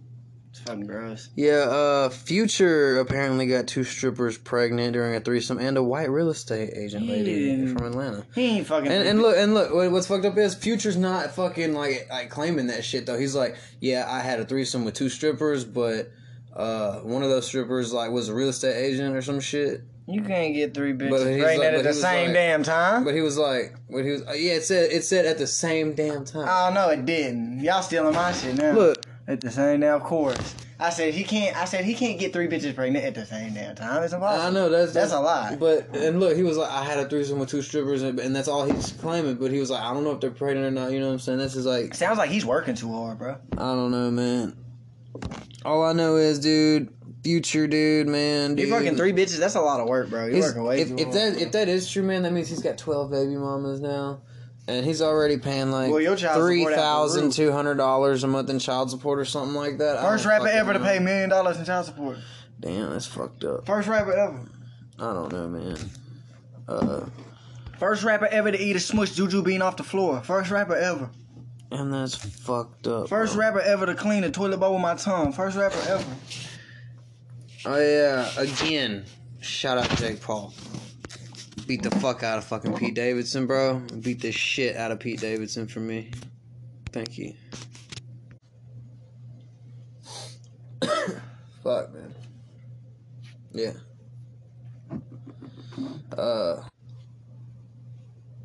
B: It's fucking gross.
A: Yeah, uh, Future apparently got two strippers pregnant during a threesome and a white real estate agent lady
B: Yeah.
A: from Atlanta.
B: He ain't fucking.
A: And, and look, and look, what- what's fucked up is Future's not fucking like like claiming that shit though. He's like, yeah, I had a threesome with two strippers, but uh, one of those strippers like was a real estate agent or some shit.
B: you can't get three bitches
A: But he's
B: pregnant
A: like-
B: at
A: but
B: the
A: he was
B: same
A: like-
B: damn time.
A: But he was like, but he was, uh, yeah, it said it said at the same damn time.
B: oh no, it didn't. Y'all stealing my shit now.
A: Look,
B: at the same damn chorus. I said he can't. I said he can't get three bitches pregnant at the same damn time. It's impossible.
A: I know that's
B: That's a lie.
A: But and look, he was like, I had a threesome with two strippers, and, and that's all he's claiming. But he was like, I don't know if they're pregnant or not. You know what I'm saying? This is like,
B: Sounds like he's working too hard, bro.
A: I don't know, man. All I know is, dude, future dude, man.
B: You
A: Dude,
B: fucking three bitches. That's a lot of work, bro. You
A: He's-
B: working way
A: if,
B: too
A: if
B: hard.
A: that if that is true, man, that means he's got twelve baby mamas now, and he's already paying like
B: Well, your child support out
A: three
B: the roof.
A: thousand two hundred dollars a month in child support or something like that. I
B: First
A: don't
B: rapper
A: fucking
B: ever to
A: know.
B: pay million dollars in child support.
A: Damn, that's fucked up.
B: First rapper ever.
A: I don't know, man. Uh,
B: First rapper ever to eat a smush juju bean off the floor. First rapper ever.
A: and that's fucked up.
B: First
A: bro.
B: rapper ever to clean a toilet bowl with my tongue. First rapper ever.
A: Oh yeah, again. Shout out Jake Paul. Beat the fuck out of fucking Pete Davidson, bro. Beat the shit out of Pete Davidson for me. Thank you. fuck man. Yeah. Uh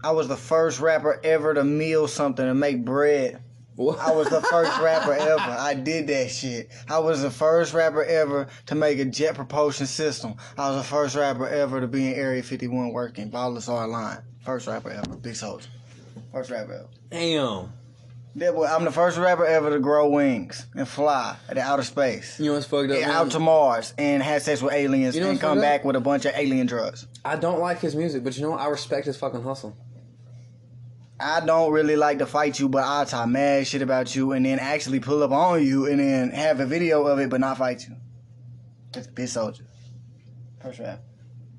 B: I was the first rapper ever to meal something and make bread.
A: what?
B: I was the first rapper ever. I did that shit. I was the first rapper ever to make a jet propulsion system. I was the first rapper ever to be in Area 51 working. Baldessar line. First rapper ever. Big soldier. First rapper ever.
A: Damn.
B: That boy, I'm the first rapper ever to grow wings and fly to outer space.
A: You know what's fucked up?
B: and
A: man?
B: out to Mars and have sex with aliens
A: You know
B: and
A: what's
B: come
A: fucked up?
B: back with a bunch of alien drugs.
A: I don't like his music, but you know what? I respect his fucking hustle.
B: I don't really like to fight you, but I'll talk mad shit about you and then actually pull up on you and then have a video of it but not fight you. That's bitch soldier. First rap.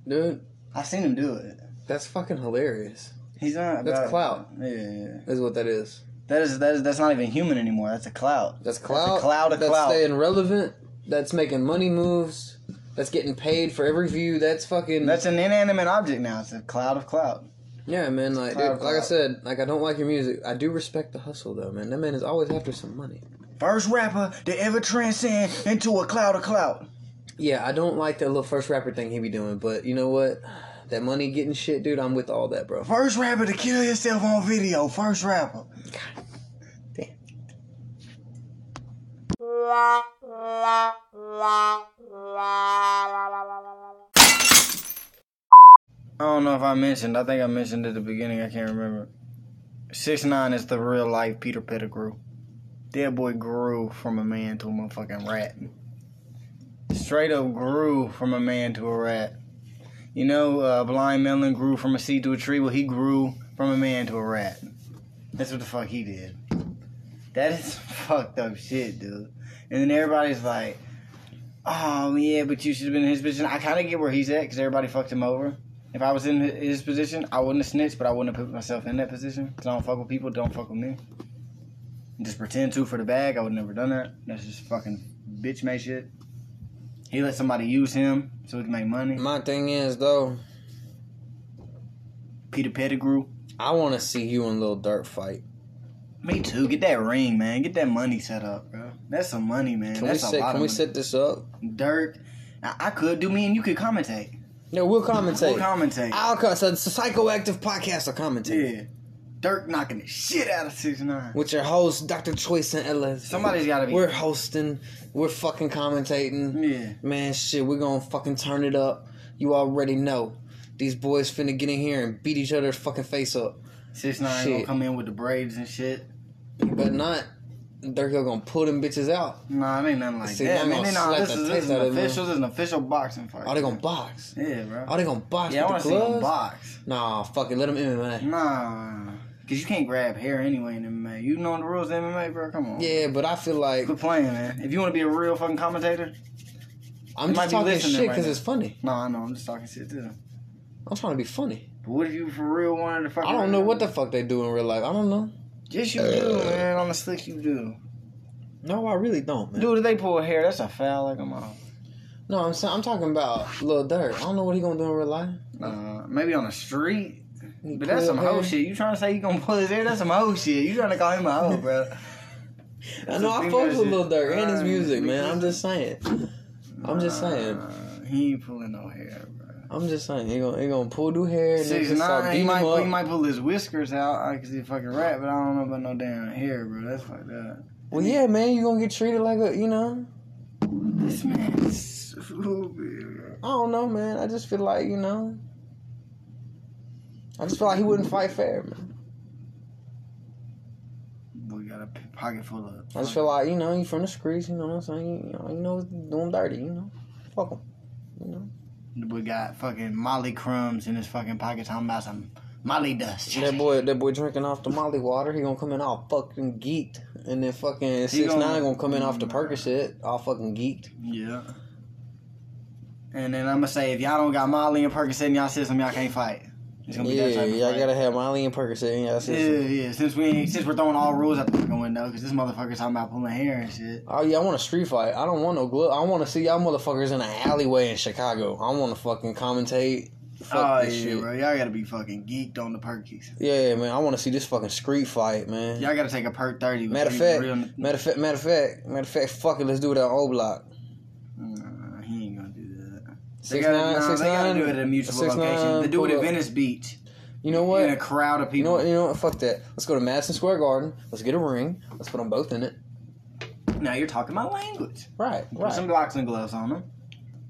A: Dude,
B: I seen him do it.
A: that's fucking hilarious.
B: He's not
A: That's
B: about-
A: clout.
B: Yeah, yeah, yeah.
A: Is what that is.
B: That is that is that's not even human anymore. That's a clout.
A: That's clout.
B: That's a cloud of
A: That's
B: clout.
A: staying relevant. That's making money moves. That's getting paid for every view. That's fucking.
B: That's an inanimate object now. It's a cloud of clout.
A: yeah, man. Like,
B: cloud
A: dude,
B: of
A: like I
B: clout.
A: said, like I don't like your music. I do respect the hustle though, man. That man is always after some money.
B: First rapper to ever transcend into a cloud of clout.
A: Yeah, I don't like that little first rapper thing he be doing, but you know what? That money getting shit, dude. I'm with all that, bro.
B: First rapper to kill yourself on video. First rapper. I don't know if I mentioned. I think I mentioned at the beginning. I can't remember. Six nine is the real life Peter Pettigrew. That boy grew from a man to a motherfucking rat. Straight up grew from a man to a rat. You know, uh, Blind Melon grew from a seed to a tree. Well, he grew from a man to a rat. That's what the fuck he did. That is fucked up shit, dude. And then everybody's like, "Oh yeah, but you should have been in his position." I kind of get where he's at because everybody fucked him over. If I was in hi- his position, I wouldn't have snitched, but I wouldn't have put myself in that position. 'Cause I don't fuck with people, don't fuck with me. And just pretend to for the bag. I would have never done that. That's just fucking bitch made shit. He let somebody use him so he can make money.
A: My thing is though,
B: Peter Pettigrew.
A: I want to see you and Lil Durk fight.
B: Me too. Get that ring, man. Get that money set up, bro. That's some money, man.
A: Can
B: That's
A: we
B: a
A: set?
B: lot
A: Can
B: of
A: we
B: money.
A: set this up?
B: Dirk. I, I could do me, and you could commentate.
A: No, we'll commentate.
B: We'll commentate.
A: I'll co- so it's a psychoactive podcast. I'll commentate.
B: yeah. Dirk knocking the shit out of six nine.
A: with your hosts, Dr. Choice and Ella.
B: Somebody's got to be.
A: We're hosting, we're fucking commentating.
B: yeah.
A: Man, shit, we're gonna fucking turn it up. You already know. These boys finna get in here and beat each other's fucking face up.
B: Six nine
A: Shit.
B: gonna come in with the braids and shit.
A: But not, they're gonna pull them bitches out.
B: Nah, it ain't nothing like
A: See,
B: that,
A: I'm
B: man.
A: gonna
B: They know
A: slap
B: this
A: the
B: is this
A: taste
B: is
A: out
B: an
A: of them.
B: official. This is an official boxing fight.
A: Are Oh, they gonna box?
B: Yeah, bro.
A: Are they gonna box
B: yeah, I want
A: with
B: to
A: the
B: see them
A: gloves?
B: box.
A: Nah, fuck it, let them MMA.
B: Nah, cause you can't grab hair anyway in MMA. You know the rules of MMA, bro. Come on.
A: Yeah, but I feel like
B: Quit playing, man. If you want to be a real fucking commentator,
A: I'm
B: might be
A: just talking
B: listening
A: shit
B: right
A: because
B: now.
A: it's funny.
B: no, I know. I'm just talking shit to them.
A: I'm trying to be funny.
B: But what if you for real wanted to fucking?
A: I don't know what the fuck they do in real life. I don't know.
B: Yes, you
A: Uh.
B: do, man. On the slick, you do.
A: No, I really don't, man.
B: Dude, if they pull hair, that's a foul. Like, come on.
A: No, I'm sa- I'm talking about Lil Durk. I don't know what he gonna do in real life.
B: Nah, maybe on the street.
A: He
B: But that's
A: pull
B: some hoe
A: hair.
B: shit. You trying to say you gonna pull his hair? That's some hoe shit. You trying to call him a hoe, bro?
A: I
B: That's
A: know
B: some
A: I
B: female
A: fuck with
B: shit.
A: Lil Durk and his
B: Alright,
A: music,
B: me
A: man.
B: too.
A: I'm just saying. I'm just saying.
B: Nah, he ain't pulling no hair, bro.
A: I'm just saying. He gonna he gonna pull new hair and
B: Six
A: then just start
B: nine, he
A: beating
B: might
A: him up.
B: he might pull his whiskers out. I can see fucking rap, but I don't know about no damn hair, bro. That's like that.
A: Well, yeah, man, you gonna get treated like a, you know.
B: This man's a little bit.
A: I don't know, man. I just feel like you know. I just feel like he wouldn't fight fair, man.
B: Boy got a pocket full of.
A: I just feel like you know he from the streets. You know what I'm saying? You know, you know doing dirty. You know, fuck him. You know,
B: The boy got fucking Molly crumbs in his fucking pocket talking about some Molly dust.
A: that boy, that boy drinking off the Molly water. He gonna come in all fucking geeked, and then fucking
B: He
A: six
B: gonna- Mm.
A: nine gonna come in off the Percocet, all fucking geeked.
B: Yeah. And then I'm gonna say if y'all don't got Molly and Percocet in y'all system, y'all can't fight. It's gonna be
A: Yeah,
B: that type of
A: y'all
B: fight.
A: gotta have Molly and Percocet in y'all
B: Yeah,
A: system.
B: yeah. Since we ain't, since we're throwing all rules out the fucking window, because this motherfucker's talking about pulling hair and shit.
A: Oh yeah, I want a street fight. I don't want no glove. I want to see y'all motherfuckers in an alleyway in Chicago. I want to fucking commentate. Fuck
B: oh yeah,
A: this shit.
B: bro. Y'all gotta be fucking geeked on the perkies.
A: Yeah, man. I want to see this fucking street fight, man.
B: Y'all gotta take a perk thirty. with
A: Matter of
B: three
A: fact,
B: real-
A: matter of fact, matter of fact, matter of fact, fuck it, let's do it on O Block.
B: Nah, he ain't gonna do that. They
A: Six
B: gotta,
A: nine,
B: nah,
A: six
B: they gotta
A: nine,
B: do it at a mutual
A: six
B: location.
A: nine,
B: they do it
A: pull
B: at
A: up.
B: Venice Beach.
A: You know what?
B: In a crowd of
A: You know
B: people.
A: what? You know what? Fuck that. Let's go to Madison Square Garden. Let's get a ring. Let's put them both in it.
B: now you're talking my language.
A: Right.
B: Put some
A: Right.
B: boxing gloves on them,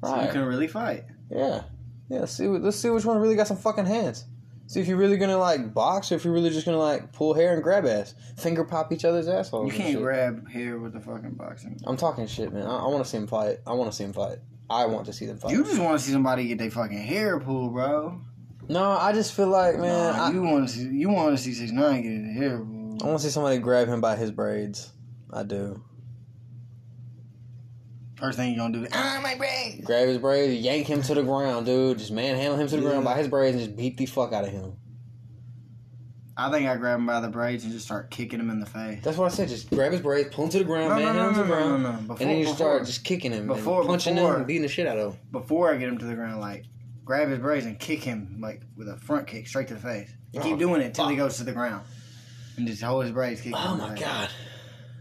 B: so you
A: Right.
B: can really fight.
A: Yeah. Yeah. Let's see. what- Let's see which one really got some fucking hands. See if you're really gonna like box or if you're really just gonna like pull hair and grab ass, finger pop each other's asshole.
B: You can't grab hair with the fucking boxing.
A: I'm talking shit, man. I, I want to see him fight. I want to see him fight. I want to see them fight.
B: You just want to see somebody get their fucking hair pulled, bro.
A: no, I just feel like, man,
B: Nah,
A: I, Oh.
B: you want to see you want to see six nine get his hair pulled.
A: I want to see somebody grab him by his braids. I do.
B: First thing you gonna do is ah my brain.
A: Grab his braids, yank him to the ground, dude. Just manhandle him to the ground by his braids and just beat the fuck out of him.
B: I think I grab him by the braids and just start kicking him in the face.
A: That's what I said. Just grab his braids, pull him to the ground,
B: No, no,
A: manhandle
B: no,
A: him to
B: no,
A: the
B: no, no,
A: ground,
B: no. Before,
A: and then you
B: before,
A: start just kicking him,
B: Before-
A: and punching
B: before.
A: him, and beating the shit out of him.
B: before I get him to the ground, like grab his braids and kick him like with a front kick straight to the face. And
A: Oh,
B: keep doing it till he
A: fuck.
B: goes to the ground, and just hold his braids. Kick him
A: Oh
B: in the
A: my
B: face.
A: god.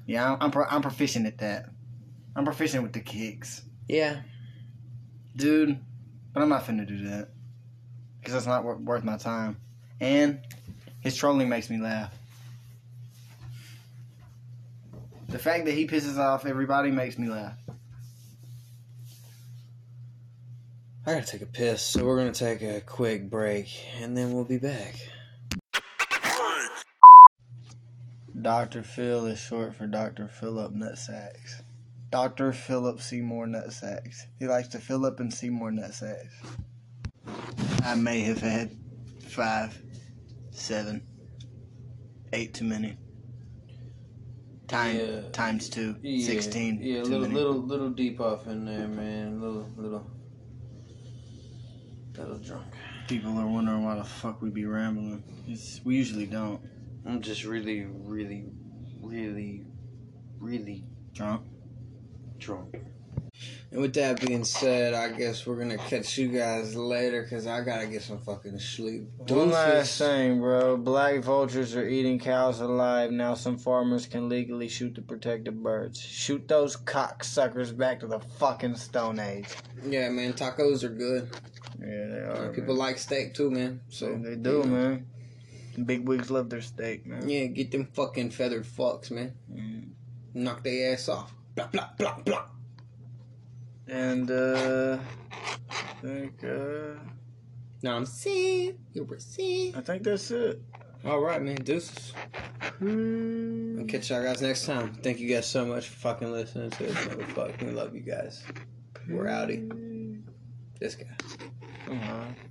B: Yeah, I'm I'm, pro- I'm proficient at that. I'm proficient with the kicks,
A: Yeah.
B: dude. But I'm not finna do that because that's not wor- worth my time. And his trolling makes me laugh. The fact that he pisses off everybody makes me laugh.
A: I gotta take a piss, so we're gonna take a quick break, and then we'll be back.
B: Dr. Phil is short for Dr. Philip Nutsacks. Dr. Philip Seymour Nutsacks. He likes to fill up and Seymour Nutsacks. I may have had five, seven, eight too many. Time
A: Yeah.
B: times two, sixteen.
A: Yeah,
B: too
A: little,
B: many.
A: little, little deep off in there, man. Little, little, little drunk.
B: People are wondering why the fuck we be rambling. It's, we usually don't.
A: I'm just really, really, really, really
B: Drunk.
A: drunk. And with that being said, I guess we're gonna catch you guys later because I gotta get some fucking sleep.
D: One last
A: Deuces.
D: thing, bro. Black vultures are eating cows alive. Now some farmers can legally shoot to protect the birds. Shoot those cocksuckers back to the fucking Stone Age.
A: Yeah, man, tacos are good.
B: Yeah, they
A: Uh,
B: are.
A: people
B: man.
A: like steak too, man. So
B: they do, man. Big wigs love their steak, man.
A: Yeah, get them fucking feathered fucks, man.
B: Mm.
A: Knock their ass off. Blah blah blah blah.
B: And uh, I think uh,
A: Now I'm sick. You're sick.
B: I think that's it.
A: All right, man. Deuces. I'll catch y'all guys next time. Thank you guys so much for fucking listening to this motherfucker. We love you guys. We're outie. This guy.
B: Come on.